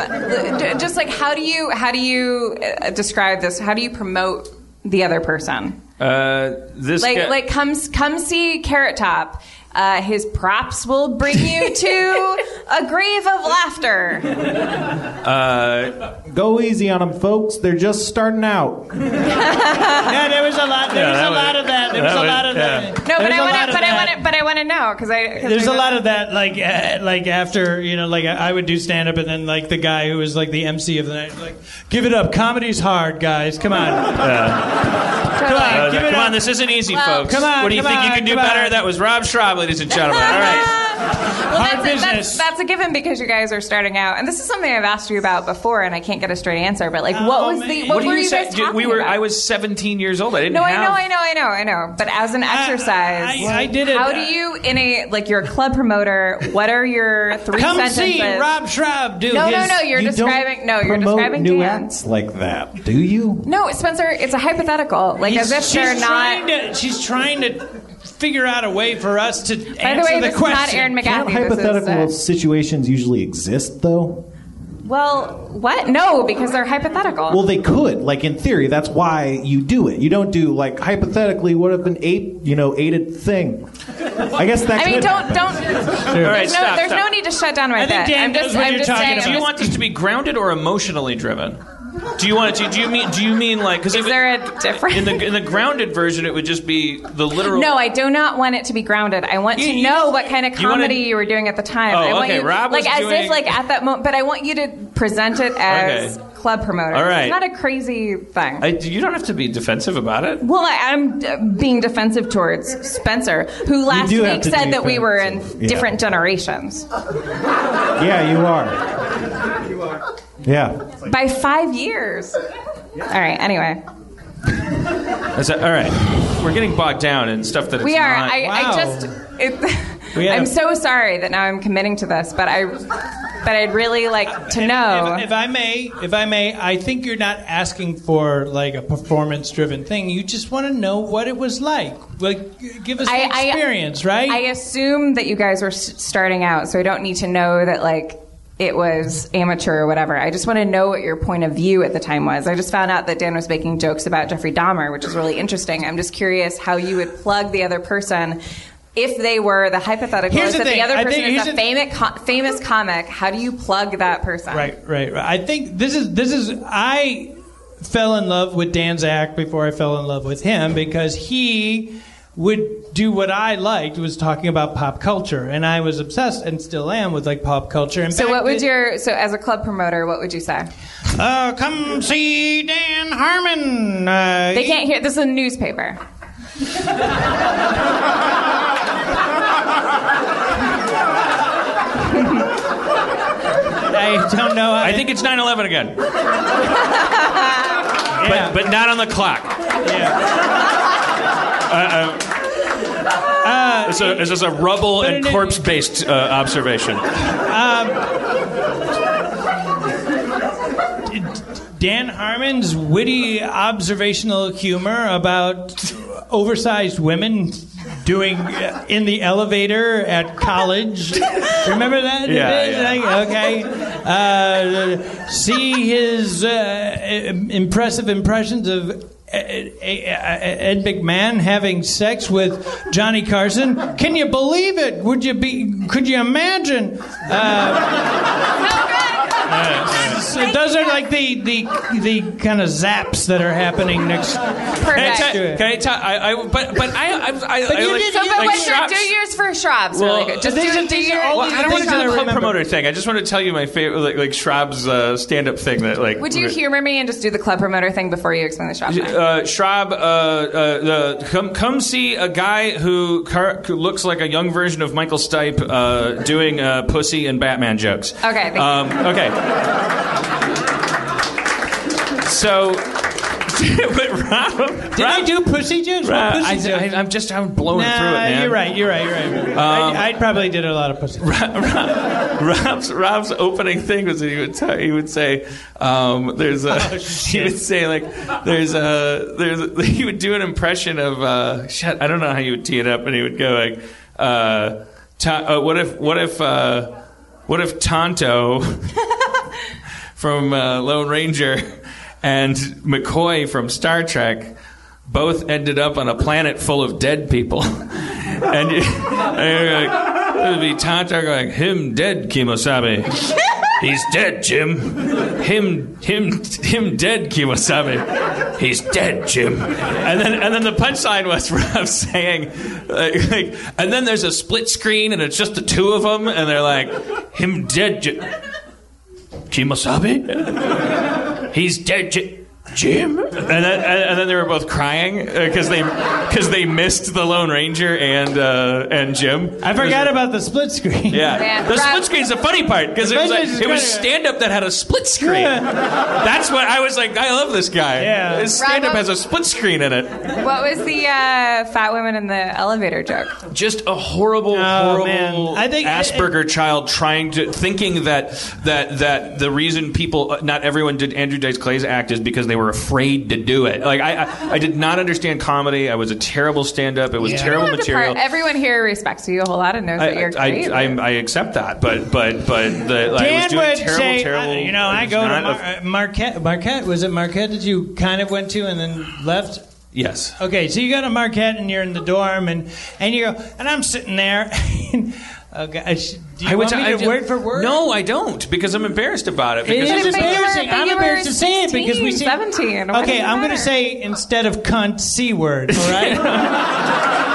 B: d- just like how do you how do you uh, describe this? How do you promote the other person?
C: Uh, this
B: like
C: guy-
B: like come come see Carrot Top. Uh, his props will bring you to a grave of laughter.
I: Go easy on them, folks. They're just starting out.
D: Yeah, there was a lot. There
C: Yeah,
D: was
C: that
D: a
C: was-
D: lot of that. There
C: that
D: was a
C: was-
D: lot of
C: yeah.
D: that.
B: No, but
D: There's
B: I
D: a
B: want
D: lot
B: to,
D: of
B: but I
D: that.
B: want to, but I want to know because I. 'cause
D: There's a
B: I-
D: lot of that, like uh, like after you know, like I I would do stand up, and then like the guy who was like the MC of the night, like, give it up, comedy's hard, guys, come on,
B: totally.
D: come on,
C: Uh,
D: give it
C: come
D: up.
C: on, this isn't easy,
B: Well,
C: folks.
D: Come on,
C: what do you
D: come
C: think you
D: on,
C: can do
D: come
C: better?
D: on.
C: That was Rob Schraub, ladies and gentlemen. All right.
B: well, that's,
D: Hard
B: a, that's,
D: business.
B: that's a given because you guys are starting out, and this is something I've asked you about before, and I can't get a straight answer. But like, what
D: Oh,
B: was
D: man.
B: the? What,
D: What
C: What do
B: were
C: you
B: you,
C: say?
B: guys
C: Dude,
B: talking
C: we were.
B: about?
C: I was 17 years old. I didn't
B: No, I
C: have.
B: know, I know, I know, I know. But as an exercise,
D: I- I did it-
B: How do you, in a like, you're a club promoter? What are your three
D: come
B: sentences?
D: see Rob Schraub do
B: No, no,
D: his.
B: no. You're
I: You don't
B: describing. No, you're
I: promote
B: describing
I: new
B: Dan.
I: acts like that, do you?
B: No, Spencer. It's a hypothetical. Like as if
D: she's
B: they're
D: trying
B: not.
D: to. She's trying to figure out a way for us to answer
B: By the way,
D: the
B: this
D: question.
B: is not Aaron
I: Can't
B: McGathy.
I: hypothetical
B: This is,
I: situations usually exist, though?
B: uh, well, what? No, because they're hypothetical.
I: Well, they could. Like in theory, that's why you do it. You don't do like hypothetically. What if an ape, you know, ate a thing? I guess that.
B: I mean,
I: could
B: don't
I: happen.
B: don't.
C: All right,
B: There's, no,
C: stop,
B: there's
C: stop.
B: no need to shut down my
D: I think
B: bit.
D: Dan
B: I'm
D: knows
B: just,
D: what
B: I'm
D: you're
B: just
D: talking
B: saying.
D: about.
C: Do you
B: I'm
C: want this to be grounded or emotionally driven? Do you want to? Do you mean? Do you mean like? Because
B: Is there a difference?
C: in the in the grounded version, it would just be the literal.
B: No, I do not want it to be grounded. I want to
C: You- you-
B: know what kind of
C: you wanna-
B: comedy you, were doing at the time.
C: Oh,
B: I want
C: okay,
B: you,
C: Rob was
B: like as
C: doing-
B: if like at that moment, but I want you to present it as
C: Okay.
B: club promoter.
C: All right.
B: it's not a crazy thing.
C: I, you don't have to be defensive about it.
B: well, I, I'm uh, being defensive towards Spencer, who last
I: do have
B: week
I: to
B: said
I: be
B: that we were in
I: defensive. Yeah.
B: different generations
I: Yeah, you are. Yeah.
B: by five years. All right. Anyway,
C: I said, all right, we're getting bogged down in stuff that it's
B: we are.
C: not-
B: I,
D: Wow.
B: I just. It,
D: We had
B: I'm
D: a-
B: so sorry that now I'm committing to this, but I, but I'd really like to know.
D: If, if I may, if I may, I think you're not asking for like a performance-driven thing. You just want to know what it was like. Like, g- give us the experience, right?
B: I assume that you guys were s- starting out, so I don't need to know that like it was amateur or whatever. I just want to know what your point of view at the time was. I just found out that Dan was making jokes about Jeffrey Dahmer, which is really interesting. I'm just curious how you would plug the other person. If they were the hypothetical
D: Here's
B: is
D: the
B: that
D: thing.
B: the other
D: I
B: person
D: think-
B: is
D: here's
B: a
D: the-
B: famous co- famous comic, how do you plug that person?
D: Right, right, right. I think this is this is I fell in love with Dan's act before I fell in love with him because he would do what I liked was talking about pop culture and I was obsessed and still am with like pop culture. And
B: So
D: back
B: what would
D: then-
B: your so as a club promoter, what would you say?
D: uh, come see Dan Harmon? Uh,
B: They can't hear. This is a newspaper.
D: I don't know. How
C: I think it's 9/11 again,
D: yeah.
C: but but not on the clock. Uh,
B: Uh,
C: It's a, it's just a rubble and
D: it in-
C: corpse-based uh, observation.
D: Dan Harmon's witty observational humor about oversized women doing uh, in the elevator at college. Remember that?
C: Yeah, yeah.
D: Like, okay. Uh, see his uh, im- impressive impressions of. uh, Ed Ed McMahon having sex with Johnny Carson. Can you believe it? Would you be? Could you imagine? So those are like the, the the kind of zaps that are happening next.
C: Can I
B: Perfect.
D: Let's do
C: tell?
D: it.
C: Can I tell? I, I- but but I I, I,
D: But
C: I
D: you
C: like,
D: did-
B: So, but
C: like
B: what's your
C: Shrop's-
B: do yours for Shrobs?
C: Well,
B: really good. Just
D: these
B: do,
D: are-
B: do
D: these
B: your.
D: are all
B: do
D: the
C: I
B: your
C: don't want to
D: things
B: thing.
C: do the
D: I
C: club
D: remember.
C: promoter thing. I just want to tell you my favorite, like, like Shrob's uh, stand-up thing that, like,
B: Would you
C: we-
B: humor me and just do the club promoter thing before you explain the shop? thing?
C: Uh, Schraub, uh, uh, the, come come see a guy who, car- who looks like a young version of Michael Stipe uh, doing uh, pussy and Batman jokes.
B: Okay, thank you.
C: Um, okay. So, but Rob,
D: Did I do pussy jokes? What
C: Rob,
D: pussy
C: I,
D: jokes?
C: am just I'm blowing
D: nah,
C: through it, man. Um,
D: you're right. You're right. You're right. you're right. I, I probably did a lot of pussy. jokes.
C: Rob's Rob's opening thing was that he would tell, he would say um, there's a he would say like there's a there's a, he would do an impression of uh, shit I don't know how you would tee it up and he would go like uh, ta- uh, what if what if uh, what if Tonto from uh, Lone Ranger and McCoy from Star Trek both ended up on a planet full of dead people. and you, and you're like, it would be Tonto going, him dead, Kimosabe. He's dead, Jim. Him, him, him dead, Kimosabe. He's dead, Jim. And then, and then the punchline was Rob saying, like, like, and then there's a split screen and it's just the two of them, and they're like, him dead, Jim. Kimosabe? He's dead, Ji- Jim? And then, and and then they were both crying because they because they missed the Lone Ranger and uh, and Jim.
D: I forgot about the split screen.
C: Yeah,
B: Man,
C: the
B: Rob-
C: split screen's the funny part because it was
D: Split
C: like,
D: screen's
C: it was
D: great.
C: stand up that had a split screen. That's what I was like. I love this guy.
D: Yeah.
C: his stand up
B: Rob-
C: has a split screen in it.
B: What was the uh, fat women in the elevator joke?
C: Just a horrible,
D: Oh, man.
C: horrible
D: I think-
C: Asperger child trying to thinking that that that the reason people uh, not everyone did Andrew Dice Clay's act is because they were afraid to do it. Like I I, I did not understand comedy. I was a terrible stand up. It was terrible
B: That's the part-
C: material.
B: Everyone here respects you a whole lot and knows that
C: I,
B: you're
C: I,
B: great.
C: I, I accept that, but but but the, like, I
D: Dan
C: was doing
D: would
C: terrible,
D: say,
C: terrible.
D: I- you know, I
C: was
D: go to
C: not
D: Mar-
C: a-
D: uh, Marquette. Marquette was it Marquette that you kind of went to and then left?
C: Yes.
D: Okay, so you go to Marquette and you're in the dorm and and you go and I'm sitting there. And, oh gosh, do you
C: I
D: want
C: went to-
D: me
C: I
D: to
C: did-
D: word for word?
C: No, I don't because I'm embarrassed about it. Because
D: It is
B: But you were-
D: embarrassing.
B: but
D: I'm
B: you were
D: embarrassed to say it because
B: 16,
D: we see-
B: 17. What does
D: Okay,
B: it
D: I'm going to
B: matter?
D: say instead of cunt, c word. All right.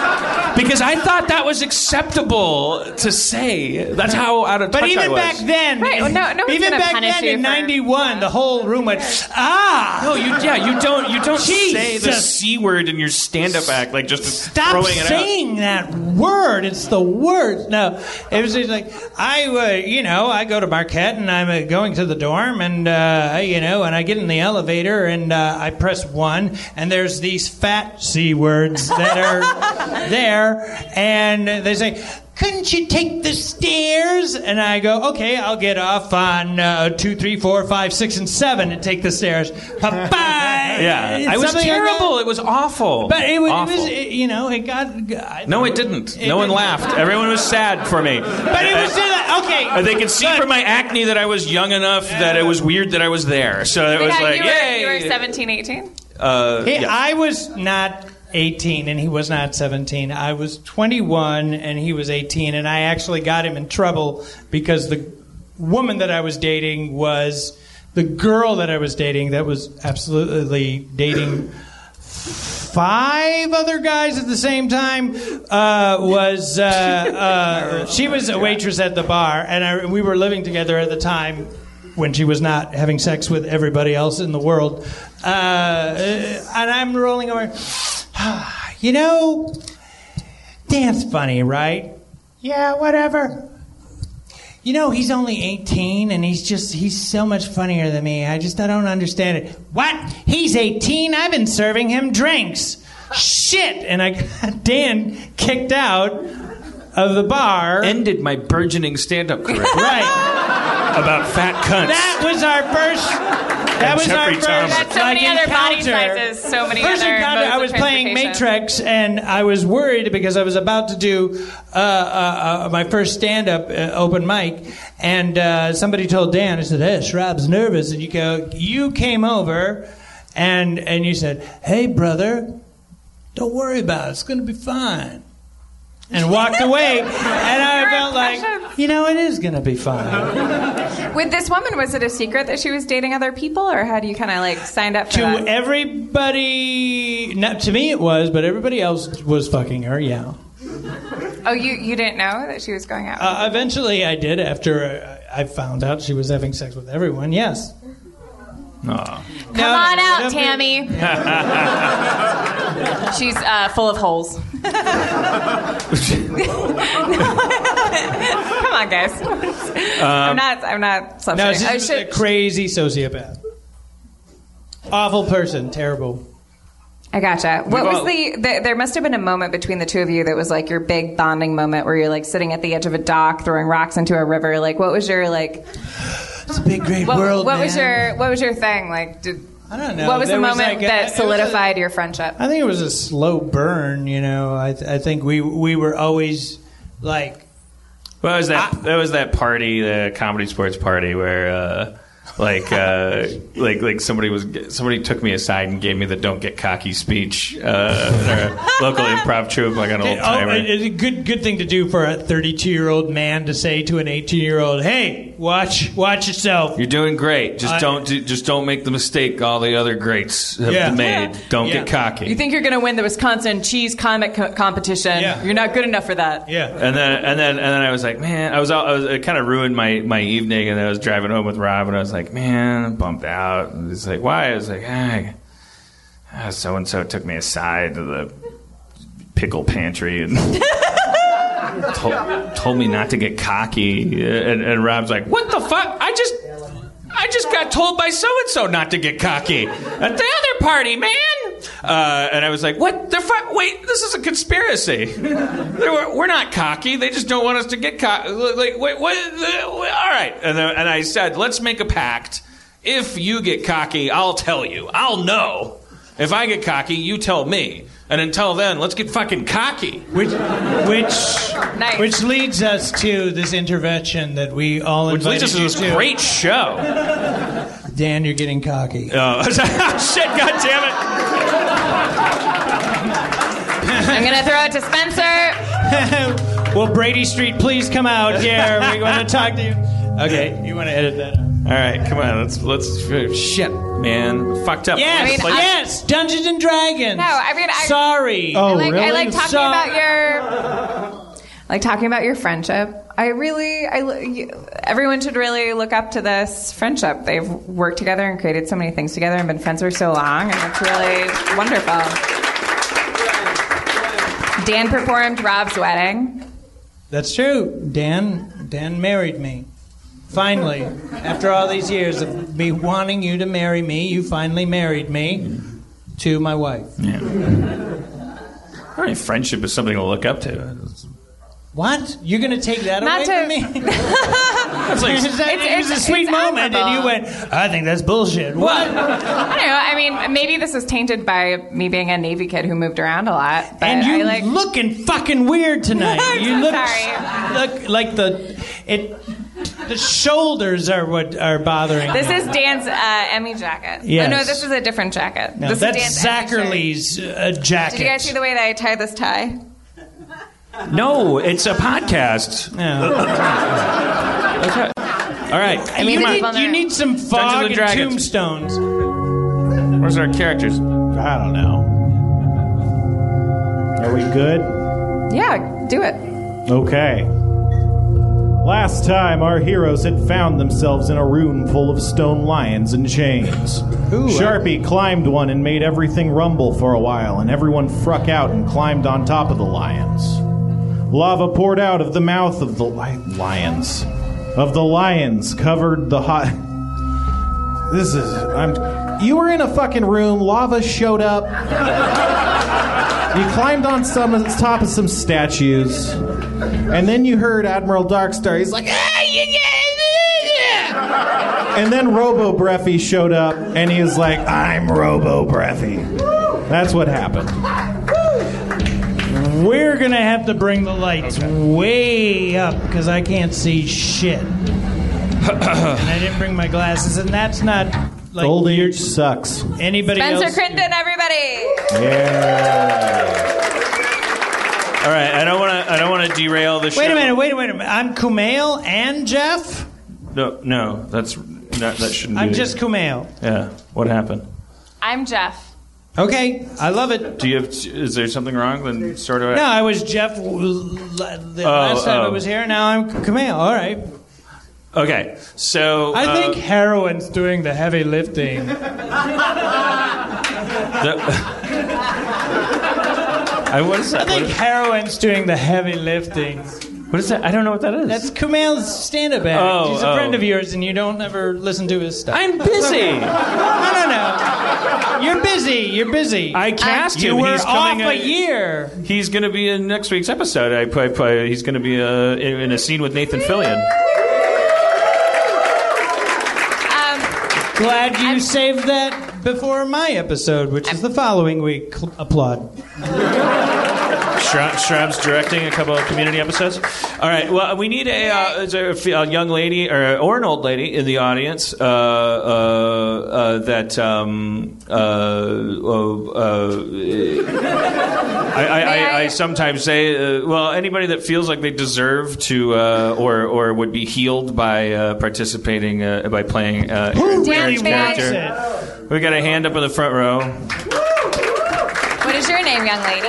C: because I thought that was acceptable to say. That's how out of touch
D: But
C: I
D: even
C: was.
D: back then,
B: Right, well, no- no one's
D: even
B: gonna
D: back
B: punish
D: then
B: you
D: in
B: for-
D: '91, the whole room went ah.
C: No, you yeah, you don't you don't say the
D: Jesus.
C: c word in your stand up act like just
D: Stop
C: throwing it out.
D: saying that word. It's the word. No, it was just like I, uh, you know, I go to Marquette and I'm uh, going to the dorm, and uh, you know, and I get in the elevator and uh, I press one, and there's these fat c words that are there, and they say. Couldn't you take the stairs? And I go, okay, I'll get off on uh, two, three, four, five, six, and seven and take the stairs. Bye.
C: Yeah, I was terrible. it was awful.
D: But it, was- it
C: Awful.
D: was, it, you know, it got. I,
C: no, it didn't.
D: It
C: no one
D: didn't.
C: laughed. Everyone was sad for me.
D: But it was just like, okay.
C: Uh, they could see
D: but-
C: from my acne that I was young enough that it was weird that I was there. So it
B: But
C: was
B: yeah,
C: like,
B: you, were,
C: yay!
B: you were 17, 18?
C: Uh,
D: Hey,
C: yeah.
D: I was not 18 and he was not 17. I was 21 and he was 18, and I actually got him in trouble because the woman that I was dating was the girl that I was dating that was absolutely dating. Five other guys at the same time uh, was uh, uh, she was a waitress at the bar, and I, we were living together at the time when she was not having sex with everybody else in the world. Uh, and I'm rolling over. you know, Dan's funny, right? Yeah, whatever. You know, he's only 18 and he's just, he's so much funnier than me. I just, I don't understand it. What? He's 18? I've been serving him drinks. Shit! And I got Dan kicked out of the bar.
C: ended my burgeoning stand up career
D: right.
C: about fat cunts.
D: That was our first. That was our
C: Jeffrey
D: first.
C: Dahmer.
B: That's so
D: like,
B: many other body
D: encounter.
B: sizes, so many
D: First
B: other
D: encounter,
B: modes
D: I
B: of
D: was playing
B: transportation.
D: Matrix, and I was worried because I was about to do uh, uh, uh, my first stand-up uh, open mic, and uh, somebody told Dan, I said, "Hey, Shrab's nervous," and you go, "You came over, and and you said, hey, brother, don't worry about it. It's going to be fine." And walked away, and I
B: Your
D: felt like,
B: impressions.
D: you know, it is going to be fine.
B: With this woman, was it a secret that she was dating other people, or had you kind of like signed up for
D: to
B: that?
D: everybody not to me it was but everybody else was fucking her yeah
C: e-
B: oh, you, you didn't know that she was going out?
D: uh, eventually i did after uh, i found out she was having sex with everyone yes
B: Come on out, Tammy. She's uh, full of holes. Come on, guys. I'm not. I'm not.
D: Um,
B: Oh,
D: no
B: substituting.
D: she's
B: I
D: just a
B: should.
D: crazy sociopath awful person terrible
B: I gotcha. What
C: We've
B: was
C: all-
B: the, the? There must have been a moment between the two of you that was like your big bonding moment, where you're like sitting at the edge of a dock, throwing rocks into a river. Like, what was your like?
D: it's a big great
B: What,
D: world
B: what was
D: man.
B: your? What was your thing? Like, did?
D: I don't know.
B: What was
D: There
B: the
D: was,
B: moment
D: like, a- it
B: that
D: was a-
B: solidified your friendship?
D: I think it was a slow burn, you know. I, th- I think we we were always like
C: Well, it was that that was that party, the comedy sports party, where uh, like uh, like like somebody was somebody took me aside and gave me the "Don't get cocky" speech. Uh, in our local improv troupe, like an old
D: Oh, it-
C: timer.
D: it's a good good thing to do for a 32 year old man to say to an 18 year old, "Hey, watch watch yourself."
C: You're doing great. Just
D: I-
C: don't do, just don't make the mistake all the other greats have
D: Yeah.
C: made. Don't
D: Yeah.
C: get cocky.
K: You think you're going to win the Wisconsin cheese comic co- competition?
D: Yeah.
K: You're not good enough for that.
D: Yeah.
C: and then and then and then I was like, man, I was, all, I was it kind of ruined my my evening. And then I was driving home with Rob, and I was like, man, I'm bumped out. And he's like, why? I was like, so and so took me aside to the pickle pantry and. Told, told me not to get cocky, uh, and, and Rob's like, "What the fuck? I just, I just got told by so and so not to get cocky at the other party, man." Uh, and I was like, "What the fuck? Wait, this is a conspiracy. They were, we're not cocky. They just don't want us to get cocky. Like, wait, what? uh, All right." And then, and I said, "Let's make a pact. If you get cocky, I'll tell you. I'll know. If I get cocky, you tell me." And until then, let's get fucking cocky.
D: Which which
B: Nice.
D: which leads us to this intervention that we all
C: Which leads
D: invited
C: us to
D: you
C: this great show.
D: Dan, you're getting cocky.
C: Oh, shit, god damn it.
B: I'm gonna throw it to Spencer.
D: Will Brady Street please come out here? We want to talk to you. Okay, you want to edit that?
C: All right, come on. Let's let's shit, man. Fucked up.
D: Yes,
C: I mean, I-
D: yes, Dungeons and Dragons.
B: No, I mean, I-
D: sorry.
C: Oh,
B: I like, I like talking
D: Sorry.
B: about your, I like talking about your friendship. I really, I l- you- everyone should really look up to this friendship. They've worked together and created so many things together and been friends for so long, and it's really wonderful. Dan performed Rob's wedding.
D: That's true. Dan, Dan married me. Finally, after all these years of me wanting you to marry me, you finally married me to my wife.
C: I mean, friendship is something to look up to.
D: What? You're going to take that
B: Not
D: away
B: to-
D: from me?
C: It's like
D: Is that-
B: It's-
D: it was a
B: it's-
D: sweet
B: it's
D: moment, and you
B: admirable.
D: went, I think that's bullshit. What?
B: I don't know. I mean, maybe this is tainted by me being a Navy kid who moved around a lot. But
D: and you
B: I like.
D: looking fucking weird tonight.
B: I'm
D: you
B: so
D: look,
B: sorry.
D: look like the it. The shoulders are what are bothering.
B: this
D: me.
B: is Dan's uh, Emmy jacket.
D: Yes.
B: Oh, no, this is a different jacket.
D: No,
B: this is
D: that's
B: Dan's Emmy shirt.
D: Zacherly's uh, jacket.
B: Did you guys see the way that I tie this tie?
C: No, it's a podcast. Okay. All right.
D: I mean,
B: come
D: you,
B: on.
D: need, you need some
C: Dungeons
D: fog
C: and
D: and,
C: Dragons.
D: tombstones.
C: Where's our characters?
E: I don't know. Are we good?
B: Yeah, do it.
E: Okay. Last time, our heroes had found themselves in a room full of stone lions and chains. Sharpie climbed one and made everything rumble for a while, and everyone fruck out and climbed on top of the lions. Lava poured out of the mouth of the li- lions. Of the lions covered the hot. This is. I'm. You were in a fucking room. Lava showed up. you climbed on some top of some statues, and then you heard Admiral Darkstar. He's like, ah, yeah, yeah, yeah, yeah." and then Robo Breffy showed up, and he was like, I'm Robo Breffy. That's what happened.
D: We're gonna have to bring the lights way up because I can't see shit. and I didn't bring my glasses, and that's not like
E: Old age sucks.
D: anybody
B: Spencer
D: else.
B: Crinden, everybody.
E: Yeah.
C: All right. I don't want to. I don't want to derail the show.
D: Wait a minute, wait a minute. I'm Kumail and Jeff.
C: No, no. That's that, that shouldn't.
D: I'm
C: be.
D: just Kumail.
C: Yeah. What happened?
B: I'm Jeff.
D: Okay, I love it.
C: Do you have? Is there something wrong? Then sort of.
D: No, I was Jeff l- l- the last time I
C: oh.
D: was here. Now I'm Kumail. All right.
C: Okay. So
D: I
C: uh,
D: think heroin's doing the heavy lifting.
C: uh, I, what is
D: I
C: that?
D: think
C: What,
D: heroin's doing the heavy lifting.
C: what is that? I don't know what that is.
D: That's Kumail's stand-up act.
C: Oh,
D: He's a
C: oh.
D: friend of yours, and you don't ever listen to his stuff.
C: I'm busy.
D: No, no, no. You're busy. You're busy.
C: I cast
D: you
C: him.
D: were
C: He's
D: off
C: coming
D: a
C: in-
D: year.
C: He's going to be in next week's episode. I, I, I- he's going to be uh, in, in a scene with Nathan Fillion.
B: Um,
D: Glad you saved that before my episode, which is the following week. Cl- applaud.
C: Shra- Shrab's directing a couple of community episodes. All right. Well, we need a, uh, is there a, fe- a young lady or, or an old lady in the audience uh, uh, uh, that um, uh, uh, uh, I, I,
B: May
C: I,
B: I-
C: I sometimes say, uh, well, anybody that feels like they deserve to uh, or or would be healed by uh, participating uh, by playing uh, Aaron's
B: really wants
C: character. We got a hand up in the front row.
B: what is your name, young lady?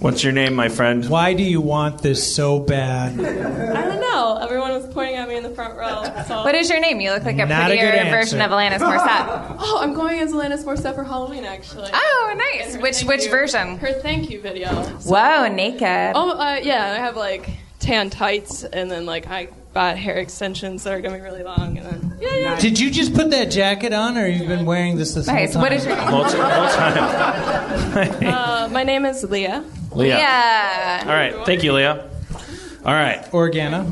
C: What's your name, my friend?
D: Why do you want this so bad?
H: I don't know. Everyone was pointing at me in the front row. So.
B: What is your name? You look like a
D: Not a good
B: prettier
D: answer.
B: version of Alanis Morissette.
H: oh, I'm going as Alanis Morissette for Halloween, actually.
B: Oh, nice.
H: Her
B: Which
H: thank
B: which
H: you-
B: version?
H: Her thank you video.
B: Whoa, naked.
H: Oh, uh, yeah. I have like tan tights, and then like I bought hair extensions that are gonna be really long, and then yeah, yeah.
D: Did you just put that jacket on, or you've been wearing this this
B: nice.
D: whole time?
B: What is your name?
C: Multi- multi-
H: Uh, my name is Leah.
C: Leah.
B: Yeah.
C: All right. Thank you, Leah. All right.
D: Organa.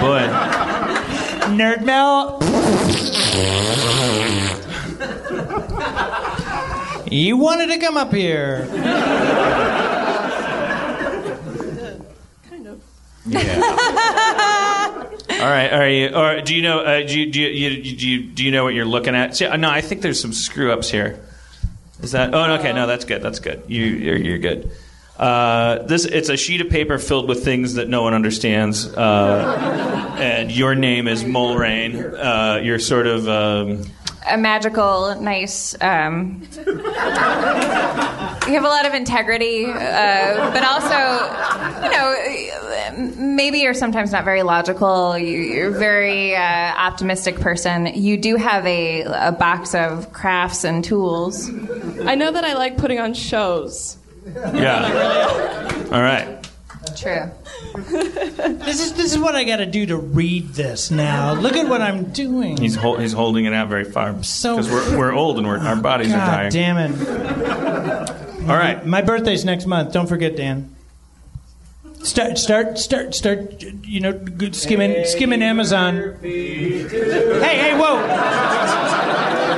C: Boy.
D: Nerd Mel. you wanted to come up here.
C: All right. Are you, or do you know? Uh, do, you, do, you, do you do you know what you're looking at? See, uh, no, I think there's some screw ups here. Is that? Oh, okay. No, that's good. That's good. You, you're, you're good. Uh, this it's a sheet of paper filled with things that no one understands, uh, and your name is Mulrain. Uh, you're sort of um,
B: a magical, nice. Um, you have a lot of integrity, uh, but also, you know, maybe you're sometimes not very logical. You, you're a very uh, optimistic person. You do have a, a box of crafts and tools.
L: I know that I like putting on shows.
C: yeah. All right.
B: True.
D: this is this is what I got to do to read this now. Look at what I'm doing.
C: He's hol- he's holding it out very far
D: So-
C: because we're we're old and we're, our bodies are
D: Oh, God
C: dying.
D: damn it!
C: All right.
D: My birthday's next month. Don't forget, Dan. Start, start, start, start. You know, good skimming, skimming Amazon. Hey, hey, whoa,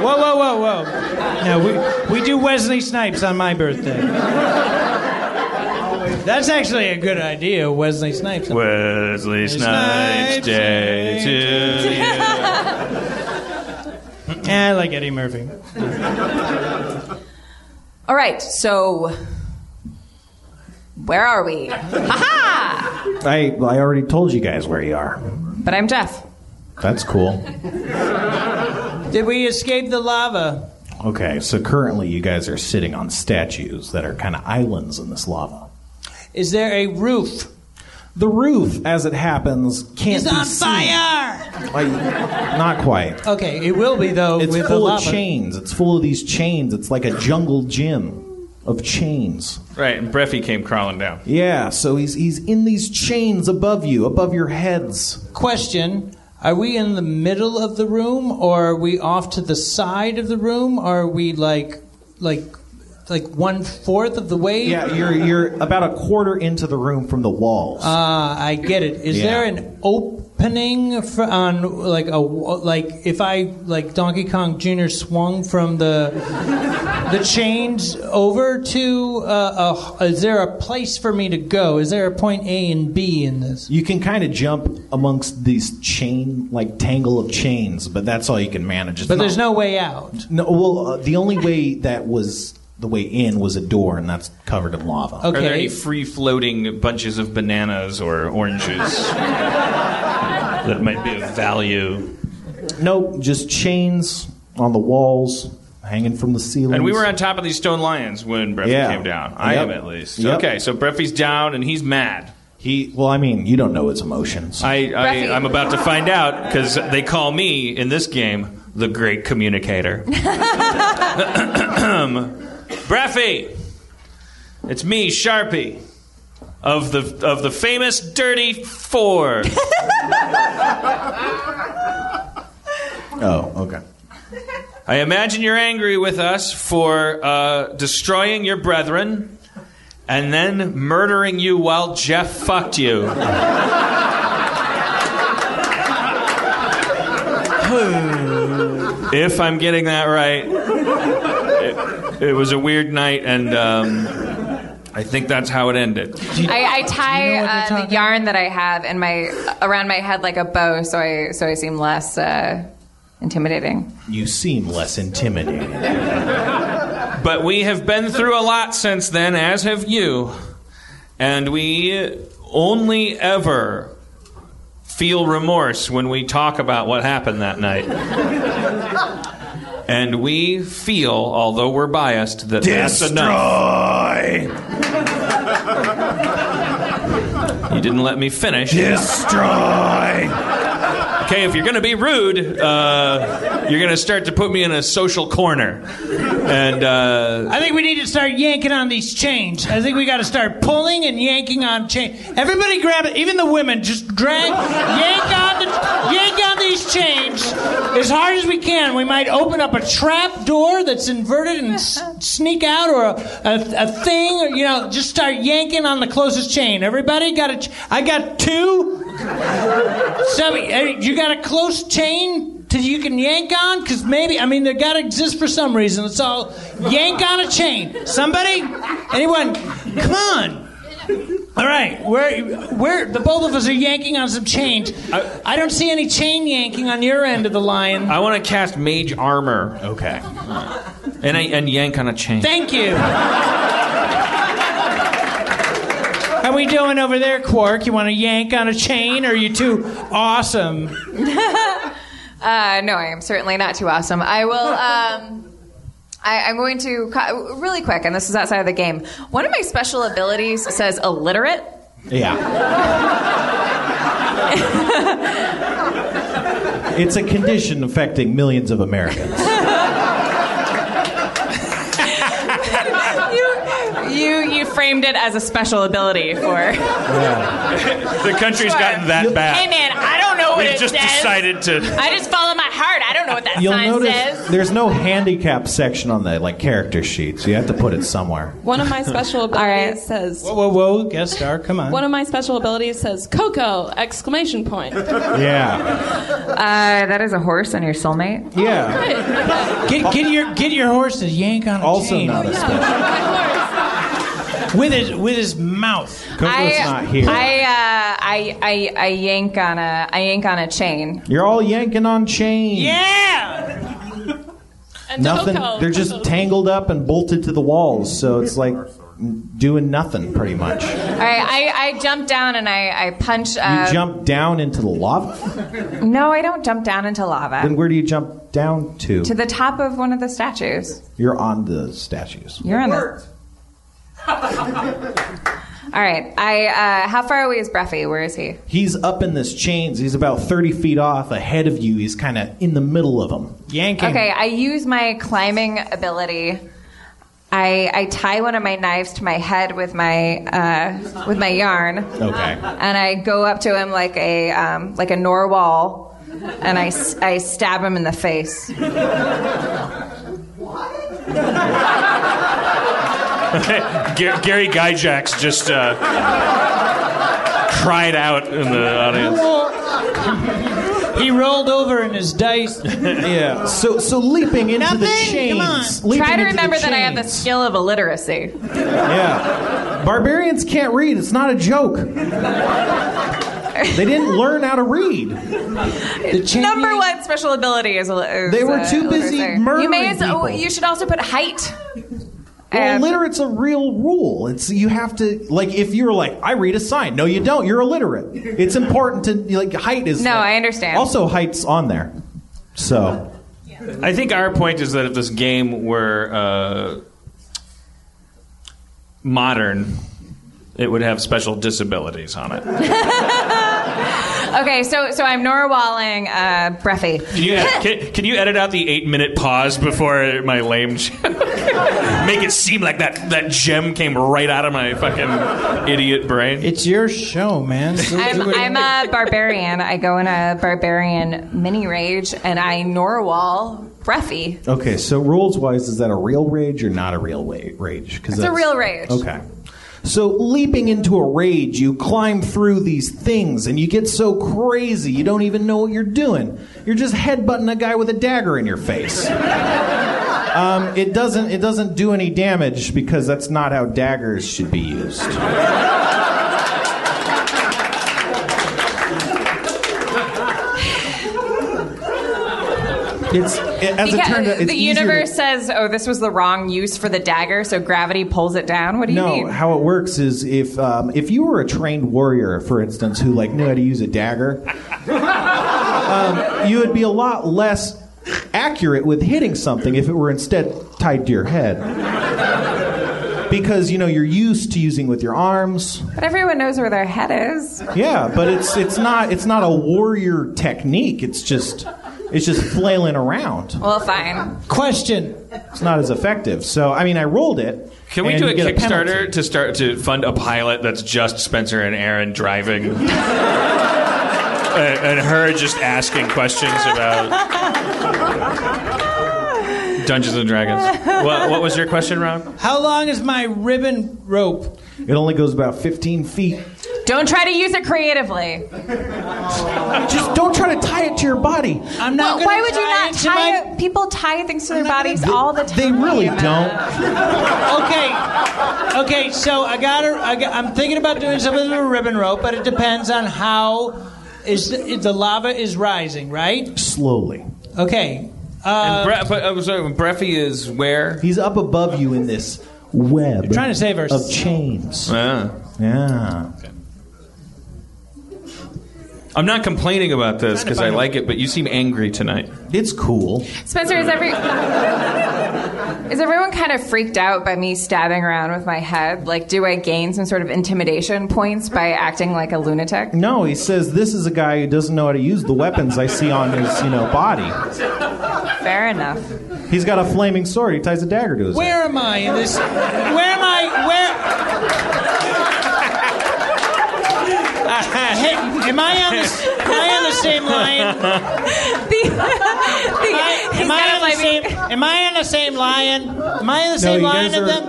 D: whoa, whoa, whoa, whoa. No, we we do Wesley Snipes on my birthday. That's actually a good idea, Wesley Snipes.
C: Wesley Snipes Day to you.
D: Eh, I like Eddie Murphy.
K: All right, so where are we?
E: I, I already told you guys where you are.
K: But I'm Jeff.
E: That's cool.
D: Did we escape the lava?
E: Okay, so currently you guys are sitting on statues that are kind of islands in this lava.
D: Is there a roof?
E: The roof, as it happens, can't
D: It's
E: be
D: on
E: seen.
D: fire.
E: Like, not quite.
D: Okay, it will be though.
E: It's
D: with the
E: full of
D: lava.
E: chains. It's full of these chains. It's like a jungle gym of chains.
C: Right, and Breffy came crawling down.
E: Yeah, so he's he's in these chains above you, above your heads.
D: Question: Are we in the middle of the room, or are we off to the side of the room? Are we like, like, like one fourth of the way?
E: Yeah, you're you're about a quarter into the room from the walls.
D: Ah, I get it. Is
E: Yeah.
D: there an opening for, on like a wa- like if I like Donkey Kong Jr. swung from the the chains over to uh, a, is there a place for me to go? Is there a point A and B in this?
E: You can kind of jump amongst these chain like tangle of chains, but that's all you can manage. It's
D: But there's no
E: not-
D: way out.
E: No, well, uh, the only way that was the way in was a door, and that's covered in lava.
C: Are there any
D: Okay.
C: free floating bunches of bananas or oranges that might be of value?
E: Nope, just chains on the walls, hanging from the ceiling.
C: And we were on top of these stone lions when Breffy
E: Yeah.
C: came down. I
E: Yep.
C: am at least.
E: Yep.
C: Okay, so Breffy's down and he's mad.
E: He, well, I mean, you don't know his emotions.
C: I, I,
E: Breffy.
C: I'm about to find out because they call me in this game the great communicator. Breffy, it's me, Sharpie, of the of the famous Dirty Four.
E: oh, okay.
C: I imagine you're angry with us for uh, destroying your brethren and then murdering you while Jeff fucked you. if I'm getting that right, it, it was a weird night, and um, I think that's how it ended.
B: I, I tie uh, the yarn that I have in my around my head like a bow, so I so I seem less uh, intimidating.
E: You seem less intimidating.
C: But we have been through a lot since then, as have you. And we only ever feel remorse when we talk about what happened that night. and we feel, although we're biased, that that's enough. You didn't let me finish.
E: Destroy.
C: Okay, if you're going to be rude, uh, you're going to start to put me in a social corner. And uh,
D: I think we need to start yanking on these chains. I think we got to start pulling and yanking on chains. Everybody grab it, even the women. Just drag, yank on the, yank on these chains as hard as we can. We might open up a trap door that's inverted and s- sneak out, or a, a, a thing, or you know, just start yanking on the closest chain. Everybody got a, ch- I got two. Some, hey, uh, you got a close chain that you can yank on? Because maybe, I mean, they got to exist for some reason. It's all yank on a chain. Somebody? Anyone? Come on. All right, we're, we're, the both of us are yanking on some chains. I, don't see any chain yanking on your end of the line.
C: I want to cast Mage Armor.
E: Okay.
C: And, I, and yank on a chain.
D: Thank you. How we doing over there, Quark? You want to yank on a chain, or are you too awesome?
B: Uh, no, I am certainly not too awesome. I will. Um, I, I'm going to co- really quick, and this is outside of the game. One of my special abilities says illiterate.
E: Yeah. It's a condition affecting millions of Americans.
B: you, you you framed it as a special ability for.
C: the country's gotten that bad.
B: Hey man, I don't know what
C: We've
B: it
C: just
B: says.
C: decided to.
B: I just follow my heart. I don't know what that
E: You'll
B: sign
E: notice
B: says.
E: there's no handicap section on the like character sheet, so you have to put it somewhere.
L: One of my special abilities says.
D: Whoa, whoa, whoa, guest star, come on.
L: One of my special abilities says Coco! Exclamation point.
E: Yeah.
B: Uh, that is a horse and your soulmate.
E: Yeah.
D: Get, get your get your horse to yank on a
E: Also
D: chain.
E: not a
D: with his with his mouth.
B: I, I, uh, I, I, I yank on a, I yank on a chain.
E: You're all yanking on chains.
D: Yeah.
E: Nothing. They're just tangled up and bolted to the walls, so it's like doing nothing pretty much.
B: All right, I, I jump down and I, I punch. Uh,
E: You jump down into the lava.
B: No, I don't jump down into
E: Then
B: lava.
E: where do you jump down to?
B: To the top of one of the statues.
E: You're on the statues.
B: You're on the. All right, I. Uh, how far away is Breffy? Where is he?
E: He's up in this chains. He's about 30 feet off ahead of you. He's kind of in the middle of him.
D: Yanking.
B: Okay, I use my climbing ability. I, I tie one of my knives to my head with my uh, with my yarn.
E: Okay.
B: And I go up to him like a um, like a norwal, and I, s- I stab him in the face.
C: Ga- Gary Gygax just uh, cried out in the audience.
D: He rolled over in his dice.
E: Yeah. So so leaping into the chains. leaping
B: Try to
E: into the
B: remember that I have
E: chains.
B: the skill of illiteracy.
E: Yeah. Barbarians can't read. It's not a joke. They didn't learn how to read.
B: Number one special ability is. is
E: They were
B: uh,
E: too busy
B: illiteracy. You may
E: murdering
B: as oh,
E: people.
B: You should also put height.
E: Well,
B: And-
E: illiterate's a real rule. It's you have to like if you're like I read a sign. No, you don't. You're illiterate. It's important to like height is.
B: No,
E: like-
B: I understand.
E: Also, height's on there. So
C: I think our point is that if this game were uh, modern, it would have special disabilities on it.
B: Okay, so so I'm norwalling uh, Breffy.
C: Can you, can, can you edit out the eight minute pause before my lame joke? Make it seem like that, that gem came right out of my fucking idiot brain.
D: It's your show, man. So
B: I'm,
D: do it.
B: I'm a barbarian. I go in a barbarian mini rage and I norwal Breffy.
E: okay, so rules wise, is that a real rage or not a real wa- rage? Because
B: It's a real rage.
E: Okay. So, leaping into a rage, you climb through these things and you get so crazy you don't even know what you're doing. You're just headbutting a guy with a dagger in your face. Um, it, doesn't, it doesn't do any damage because that's not how daggers should be used. It's, as it
B: Because
E: turned out, it's
B: the
E: easier to-
B: universe says, "Oh, this was the wrong use for the dagger, so gravity pulls it down." What do you
E: no,
B: mean?
E: how it works is if um, if you were a trained warrior, for instance, who like knew how to use a dagger, um, you would be a lot less accurate with hitting something if it were instead tied to your head. Because you know you're used to using with your arms,
B: But everyone knows where their head is.
E: yeah. But it's it's not it's not a warrior technique. It's just it's just flailing around.
B: Well, fine.
D: Question.
E: It's not as effective. So I mean, I rolled it.
C: Can we
E: and
C: do a
E: you get
C: Kickstarter
E: penalty.
C: to start to fund a pilot that's just Spencer and Aaron driving, and, and her just asking questions about Dungeons and Dragons? What, what was your question, Ron?
D: How long is my ribbon rope?
E: It only goes about 15 feet.
B: Don't try to use it creatively.
E: Just don't try to tie it to your body.
D: I'm
B: Well,
D: not. gonna
B: why would you
D: tie
B: not
D: it to
B: tie?
D: my-
B: it? People tie things to their
D: not
B: bodies all the time.
E: They really don't.
D: okay. Okay, so I gotta, I got, I'm thinking about doing something with a ribbon rope, but it depends on how is the, the lava is rising, right?
E: Slowly.
D: Okay. Uh,
C: and Bre- but, I'm sorry, Breffy is where?
E: He's up above you in this web.
C: trying to save
E: of
C: ourselves.
E: chains.
C: Yeah.
E: Yeah.
C: I'm not complaining about this because I like it, but you seem angry tonight.
E: It's cool.
B: Spencer, is every is everyone kind of freaked out by me stabbing around with my head? Like, do I gain some sort of intimidation points by acting like a lunatic?
E: No, he says this is a guy who doesn't know how to use the weapons I see on his, you know, body.
B: Fair enough.
E: He's got a flaming sword. He ties a dagger to his.
D: Where am I in this? Where am I? Where? Hey, am I on the am I on the same line? Am I, on the same, am I on the same line? Am I on the same
E: you
D: line
E: guys
D: of
E: are-
D: them?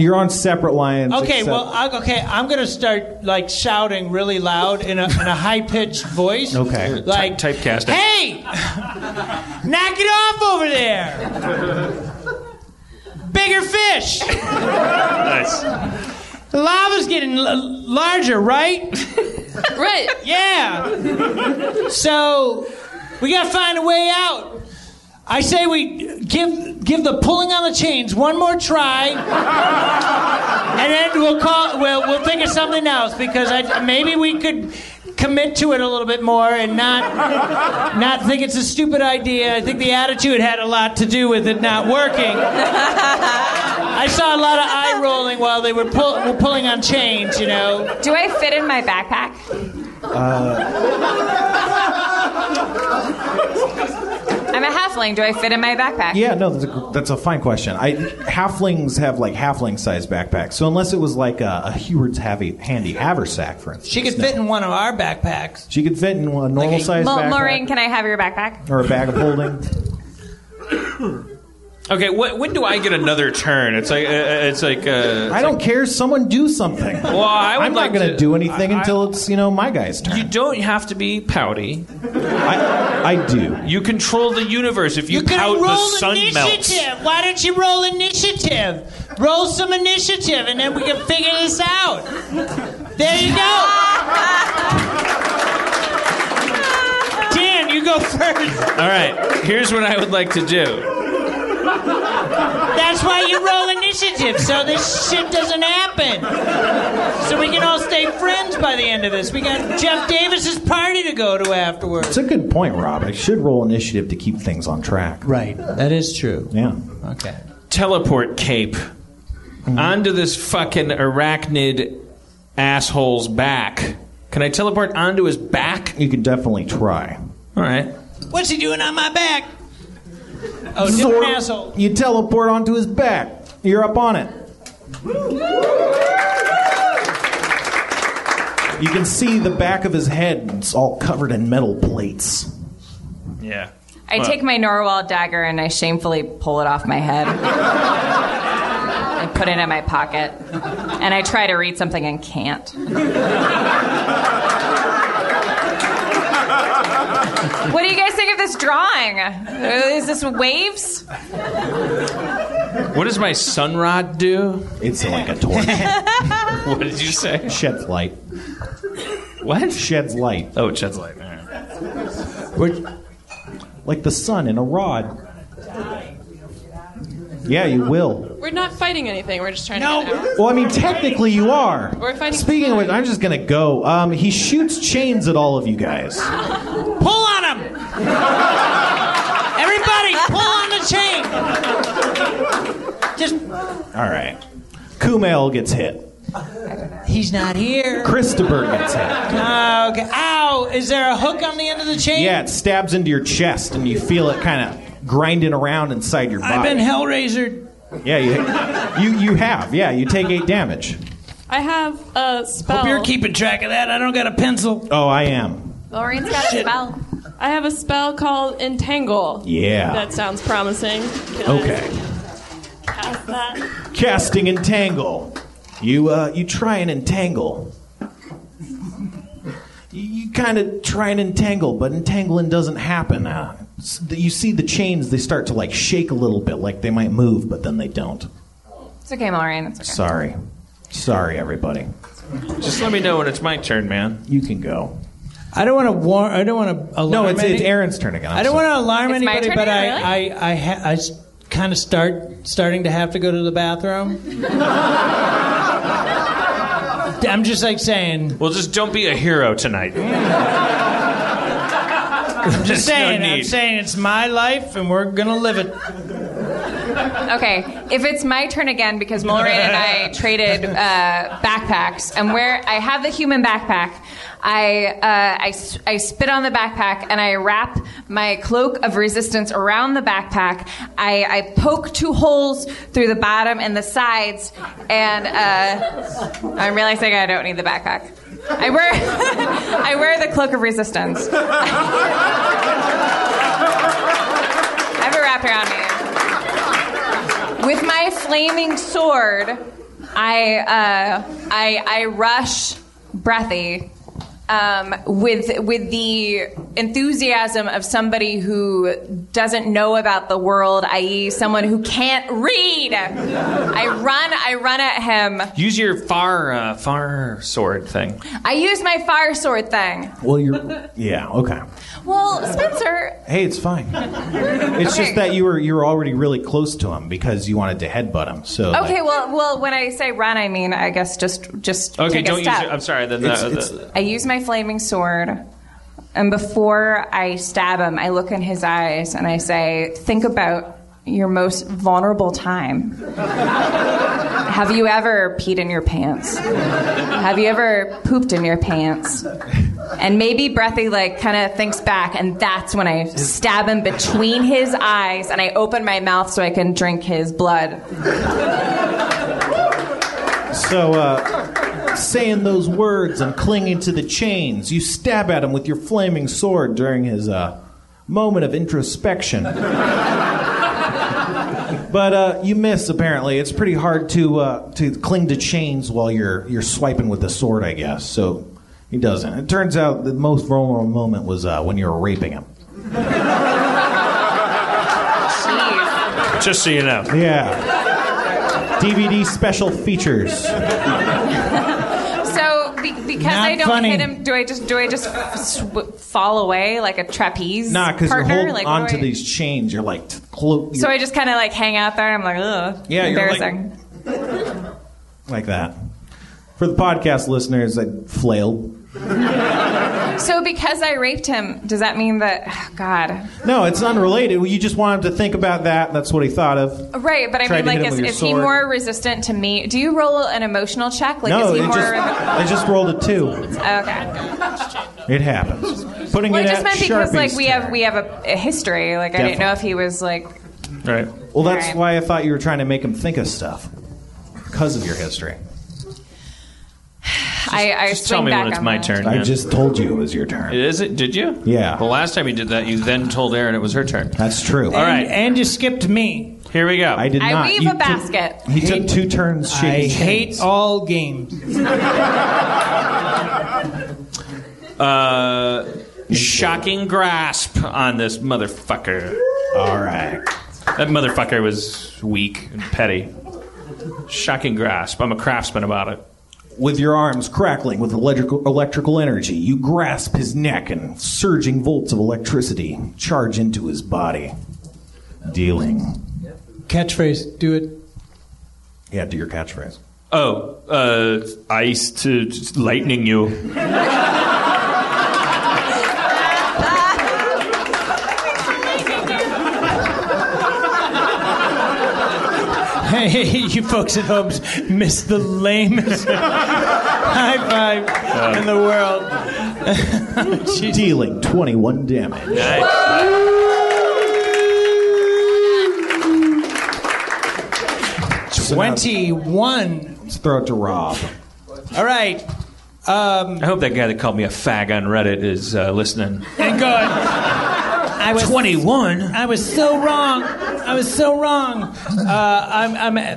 E: You're on separate lines.
D: Okay,
E: except-
D: well, I, okay, I'm gonna start like shouting really loud in a, in a high pitched voice.
E: Okay.
D: like
C: Ty- typecasting.
D: Hey, knock it off over there! Bigger fish.
C: Nice.
D: The lava's getting l- larger, right?
L: Right.
D: Yeah. So we gotta find a way out. I say we give give the pulling on the chains one more try, and then we'll call. We'll we'll think of something else because I, maybe we could commit to it a little bit more and not not think it's a stupid idea. I think the attitude had a lot to do with it not working. I saw a lot of eye rolling while they were, pull, were pulling on chains, you know.
B: Do I fit in my backpack?
D: Uh.
B: I'm a halfling. Do I fit in my backpack?
E: Yeah, no, that's a, that's a fine question. I halflings have like halfling sized backpacks, so unless it was like a, a Heward's heavy, handy haversack, for instance,
D: She could fit in one of our backpacks.
E: she could fit in a normal
D: Like a-
E: sized
B: Ma-
E: backpack
B: Maureen, can I have your backpack?
E: or a bag of holding.
C: Okay, wh- when do I get another turn? It's like uh, uh, it's like uh,
E: I don't care. Someone do something.
C: Well, I would
E: am
C: like
E: not going
C: to-
E: to do anything until it's you know my guy's turn.
C: you don't have to be pouty.
E: I, I do.
C: You control the universe. If you,
D: You're gonna
C: pout,
D: roll
C: the sun melts.
D: initiative. Why don't you roll initiative? Roll some initiative, and then we can figure this out. There you go. Dan, you go first.
C: All right, here's what I would like to do.
D: That's why you roll initiative, so this shit doesn't happen. So we can all stay friends by the end of this. We got Jeff Davis's party to go to afterwards.
E: It's a good point, Rob. I should roll initiative to keep things on track.
D: Right. That is true.
E: Yeah.
D: Okay.
C: Teleport cape onto this fucking arachnid asshole's back. Can I teleport onto his back?
E: You could definitely try.
C: All right.
D: What's he doing on my back? Oh, different asshole.
E: You teleport onto his back. You're up on it. You can see the back of his head. It's all covered in metal plates.
C: Yeah.
B: I
C: Well,
B: take my Norwal dagger and I shamefully pull it off my head. I put it in my pocket. And I try to read something and can't. what do you guys think of this drawing? Uh, Is this waves?
C: What does my sun rod do?
E: It's like a torch.
C: What did you say?
E: Sheds light.
C: What?
E: Sheds light.
C: Oh, it sheds light. All right.
E: Which- Like the sun in a rod. Yeah, you will.
L: We're not fighting anything. We're just trying to get out.
E: Well, I mean, technically you are.
L: We're fighting
E: Speaking of which, I'm just gonna go. Um, he shoots chains at all of you guys.
D: Pull on him! Everybody, pull on the chain! Just,
E: All right. Kumail gets hit.
D: he's not here.
E: Christopher gets hit.
D: Oh, okay. Ow! Is there a hook on the end of the chain?
E: Yeah, it stabs into your chest, and you feel it kind of grinding around inside your body.
D: I've been Hellraiser.
E: yeah, you, you you have. Yeah, you take eight damage.
L: I have a spell.
D: Hope you're keeping track of that. I don't got a pencil.
E: Oh, I am.
B: Maureen's got a spell.
L: I have a spell called Entangle.
E: Yeah.
L: That sounds promising. Can I
E: Okay.
L: cast that?
E: Casting entangle. You uh, you try and entangle. You, you kind of try and entangle, but entangling doesn't happen. Uh, s- you see the chains; they start to like shake a little bit, like they might move, but then they don't.
B: It's okay, Maureen. It's okay.
E: Sorry, sorry, everybody.
C: Just let me know when it's my turn, man.
E: You can go.
D: I don't want to warn. I don't want to alarm.
E: No, it's-
D: any-
E: it's Aaron's turn again. I'm
D: I don't
E: sorry.
D: want to alarm
E: It's my
D: anybody,
E: turn
D: but
E: again,
D: I, I, I, ha- I kind of start starting to have to go to the bathroom. I'm just like saying.
C: Well, just don't be a hero tonight.
D: I'm just
C: There's no
D: saying. I'm
C: need.
D: saying it's my life, and we're gonna live it.
B: Okay, if it's my turn again, because Mulrain and I traded uh, backpacks, and where I have the human backpack, I, uh, I, s- I spit on the backpack and I wrap my cloak of resistance around the backpack. I, I poke two holes through the bottom and the sides, and uh, I'm realizing I don't need the backpack. I wear, I wear the cloak of resistance. I have it wrapped around me. With my flaming sword, I uh, I, I rush Breathy um, with with the enthusiasm of somebody who doesn't know about the world, i.e., someone who can't read. I run I run at him.
C: Use your far uh, far sword thing.
B: I use my fire sword thing.
E: Well, you're. Yeah. Okay.
B: Well, Spencer.
E: Hey, it's fine. It's
B: Okay.
E: just that you were you were already really close to him because you wanted to headbutt him. So. like,
B: Okay, well, well, when I say run, I mean I guess just just
C: Okay,
B: take a
C: don't use
B: step.
C: it. I'm sorry. Then the,
E: It's-
C: the-
B: I use my flaming sword, and before I stab him, I look in his eyes and I say, Think about your most vulnerable time. Have you ever peed in your pants? Have you ever pooped in your pants? And maybe Breathy like kind of thinks back, and that's when I stab him between his eyes, and I open my mouth so I can drink his blood.
E: So, uh, saying those words and clinging to the chains, you stab at him with your flaming sword during his uh, moment of introspection. but uh, you miss, apparently. It's pretty hard to, uh, to cling to chains while you're, you're swiping with the sword, I guess. So, he doesn't. It turns out the most vulnerable moment was uh, when you were raping him.
C: Just so you know.
E: Yeah. DVD special features.
B: So be- because
E: Not
B: I don't
E: funny.
B: hit him, do I just do I just sw- fall away like a trapeze
E: Nah, because you're
B: partner?
E: holding
B: like, what do
E: onto
B: I-
E: these chains. You're like, t- clo-
B: So I just kind of like hang out there. I'm like, ugh,
E: Yeah, you're like-
B: embarrassing.
E: like that. For the podcast listeners, I flailed.
B: So because I raped him, does that mean that? God,
E: No, it's unrelated. Well, You just want him to think about that. That's what he thought of.
B: right? But I
E: Tried
B: mean, like,
E: to hit him
B: is,
E: with your
B: is he
E: sword.
B: more resistant to me? Do you roll an emotional check? Like,
E: no,
B: is he
E: it
B: more? oh,
E: just, it just rolled a two.
B: okay.
E: It happens. Putting
B: Well,
E: it
B: I just
E: at
B: meant because like
E: Sharpie's
B: we have we have a, a history. Like, I didn't know if he was like.
E: Right. Well, that's
B: Right.
E: why I thought you were trying to make him think of stuff because of your history.
B: I, I
C: just tell
B: swing
C: me
B: back
C: when it's
B: on
C: my
B: that.
C: turn.
E: I
C: yeah.
E: just told you it was your turn.
C: Is it? Did you?
E: Yeah.
C: The last time you did that, you then told Aaron it was her turn.
E: That's true.
C: All right.
D: And, and you skipped me.
C: Here we go. I
E: did
B: I weave a basket.
E: He took two turns.
D: I
E: shaking
D: hate all games.
C: Uh, shocking grasp on this motherfucker.
E: All right.
C: That motherfucker was weak and petty. Shocking grasp. I'm a craftsman about it.
E: With your arms crackling with electrical, electrical energy, you grasp his neck and surging volts of electricity charge into his body. Dealing.
D: Catchphrase. Do it.
E: Yeah, do your catchphrase.
C: Oh, uh, ice to to lightning you.
D: Hey, you folks at home missed the lamest high five in the world. Jeez.
E: Dealing 21 damage. So now-
D: 21.
E: Let's throw it to Rob.
D: All right. Um,
C: I hope that guy that called me a fag on Reddit is uh, listening.
D: and good. I was
C: 21?
D: I was so wrong. I was so wrong. Uh, I'm, I'm, uh,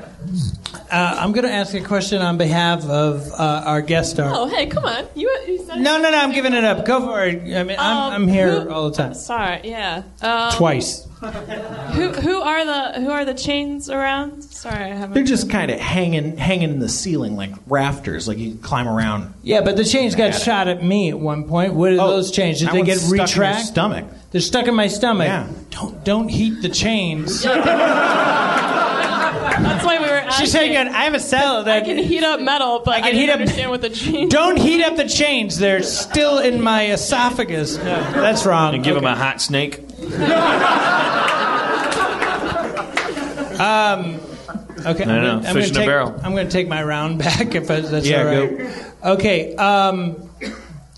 D: I'm going to ask a question on behalf of uh, our guest star.
L: Oh, hey, come on. You, you said
D: No, no, no! I'm giving it up. Go for it. I mean, I'm,
L: Um,
D: I'm here
L: who-
D: all the time.
L: Sorry, yeah. Um,
D: Twice.
L: Who who are the who are the chains around? Sorry, I haven't.
E: They're just kind of hanging, hanging in the ceiling like rafters, like you can climb around. Oh,
D: Yeah, but the chains got shot at me at one point. What did those chains? Did
E: that
D: they
E: one's
D: get
E: stuck in your
D: retracted?
E: stomach.
D: They're stuck in my stomach. Yeah. Don't don't heat the chains.
L: That's why we were. Asking.
D: She's saying, "I have a cell that
L: I can heat up metal, but I
D: can
L: can
D: heat
L: heat
D: up-
L: understand what the chains.
D: Don't heat up the chains. They're still in my esophagus. That's wrong.
C: And give him a hot snake.
D: Um, okay.
C: I
D: I'm
C: know,
D: gonna- I'm
C: fish in a
D: gonna take,
C: barrel.
D: I'm going to take my round back if that's that's
C: Yeah,
D: all right. Okay. Um,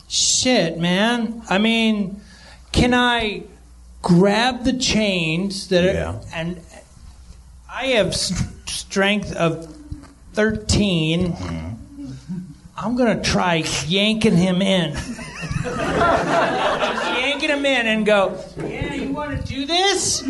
D: shit, man. I mean, can I grab the chains that
E: Yeah.
D: are, and I have s- strength of 13.
C: Mm-hmm.
D: I'm going to try yanking him in. Just yanking him in and go, yeah, you want to do this?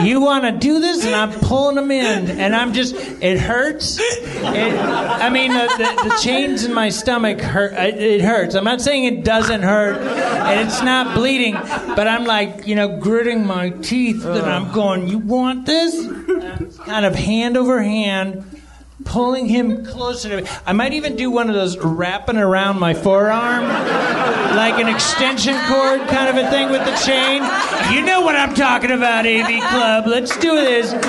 D: You want to do this? And I'm pulling him in. And I'm just, it hurts. It, I mean, the, the, the chains in my stomach hurt. It, it hurts. I'm not saying it doesn't hurt and it's not bleeding, but I'm like, you know, gritting my teeth and I'm going, you want this? kind of hand over hand, pulling him closer to me. I might even do one of those wrapping around my forearm, like an extension cord kind of a thing with the chain. You know what I'm talking about, AV Club. Let's do this. And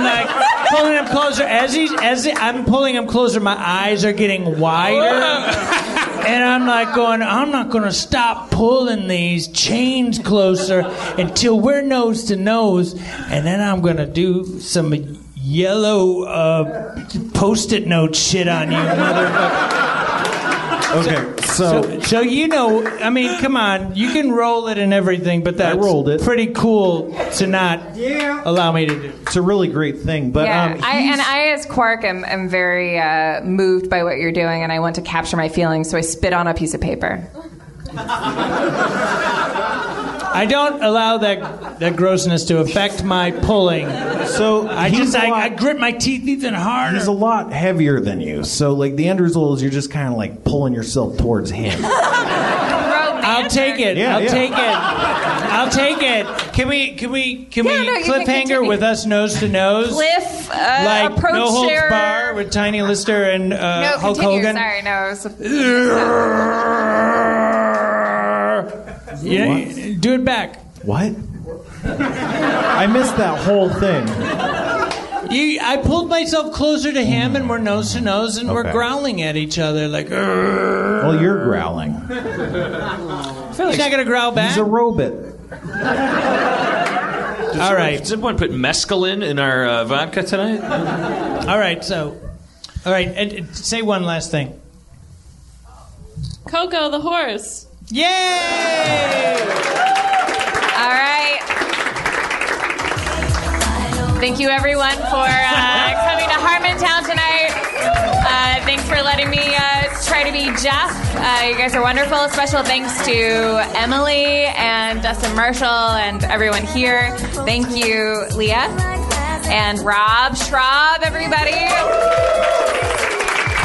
D: I'm like pulling him closer. As he's as I'm pulling him closer, my eyes are getting wider. And I'm like going, I'm not going to stop pulling these chains closer until we're nose to nose. And then I'm going to do some yellow uh, post it note shit on you, motherfucker.
E: Okay, so,
D: so, so you know, I mean, come on, you can roll it and everything, but that's
E: rolled it.
D: pretty cool to not allow me to do.
E: It's a really great thing, but
B: yeah,
E: um,
B: I, and I, as Quark, am, am very uh, moved by what you're doing, and I want to capture my feelings, so I spit on a piece of paper.
D: I don't allow that that grossness to affect my pulling.
E: So
D: I
E: he's
D: just
E: a
D: I,
E: lot-
D: I grip my teeth even harder.
E: he's a lot heavier than you. So like the end result is you're just kind of like pulling yourself towards him.
D: I'll take it.
E: Yeah,
D: I'll
E: yeah.
D: take it. I'll take it. Can we? Can we? Can
B: Yeah,
D: we
B: no, you can
D: cliffhanger
B: continue.
D: with us nose to nose?
B: Cliff, uh,
D: like
B: approach
D: no holds
B: share.
D: bar with Tiny Lister and uh,
B: no,
D: Hulk
B: continue.
D: Hogan.
B: Sorry, no. it's a-
D: Yeah, do it back.
E: What? I missed that whole thing.
D: You, I pulled myself closer to him, and we're nose to nose, and we're
E: Okay.
D: growling at each other like. "Urgh."
E: Well, you're growling.
D: He's not gonna growl back.
E: He's a robot.
C: Did
D: All right.
C: Did someone put mescaline in our uh, vodka tonight?
D: All right, so, all right, and, and say one last thing.
L: Coco the horse.
D: Yay!
B: All right. Thank you, everyone, for uh, coming to Harmontown tonight. Uh, thanks for letting me uh, try to be Jeff. Uh, you guys are wonderful. Special thanks to Emily and Dustin Marshall and everyone here. Thank you, Leah and Rob Schraub, everybody.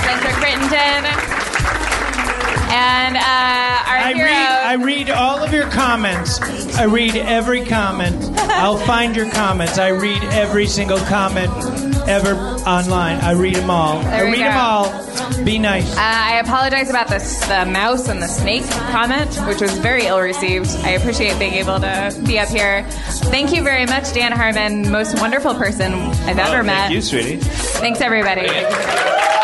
B: Spencer Crittenton. And uh, our
D: I
B: hero.
D: read, I read all of your comments. I read every comment. I'll find your comments. I read every single comment ever online. I read them all.
B: There
D: I
B: we
D: read
B: go.
D: them all. Be nice.
B: Uh, I apologize about this, the mouse and the snake comment, which was very ill received. I appreciate being able to be up here. Thank you very much, Dan Harmon, most wonderful person I've ever
C: Oh,
B: met.
C: Thank you, sweetie.
B: Thanks, everybody.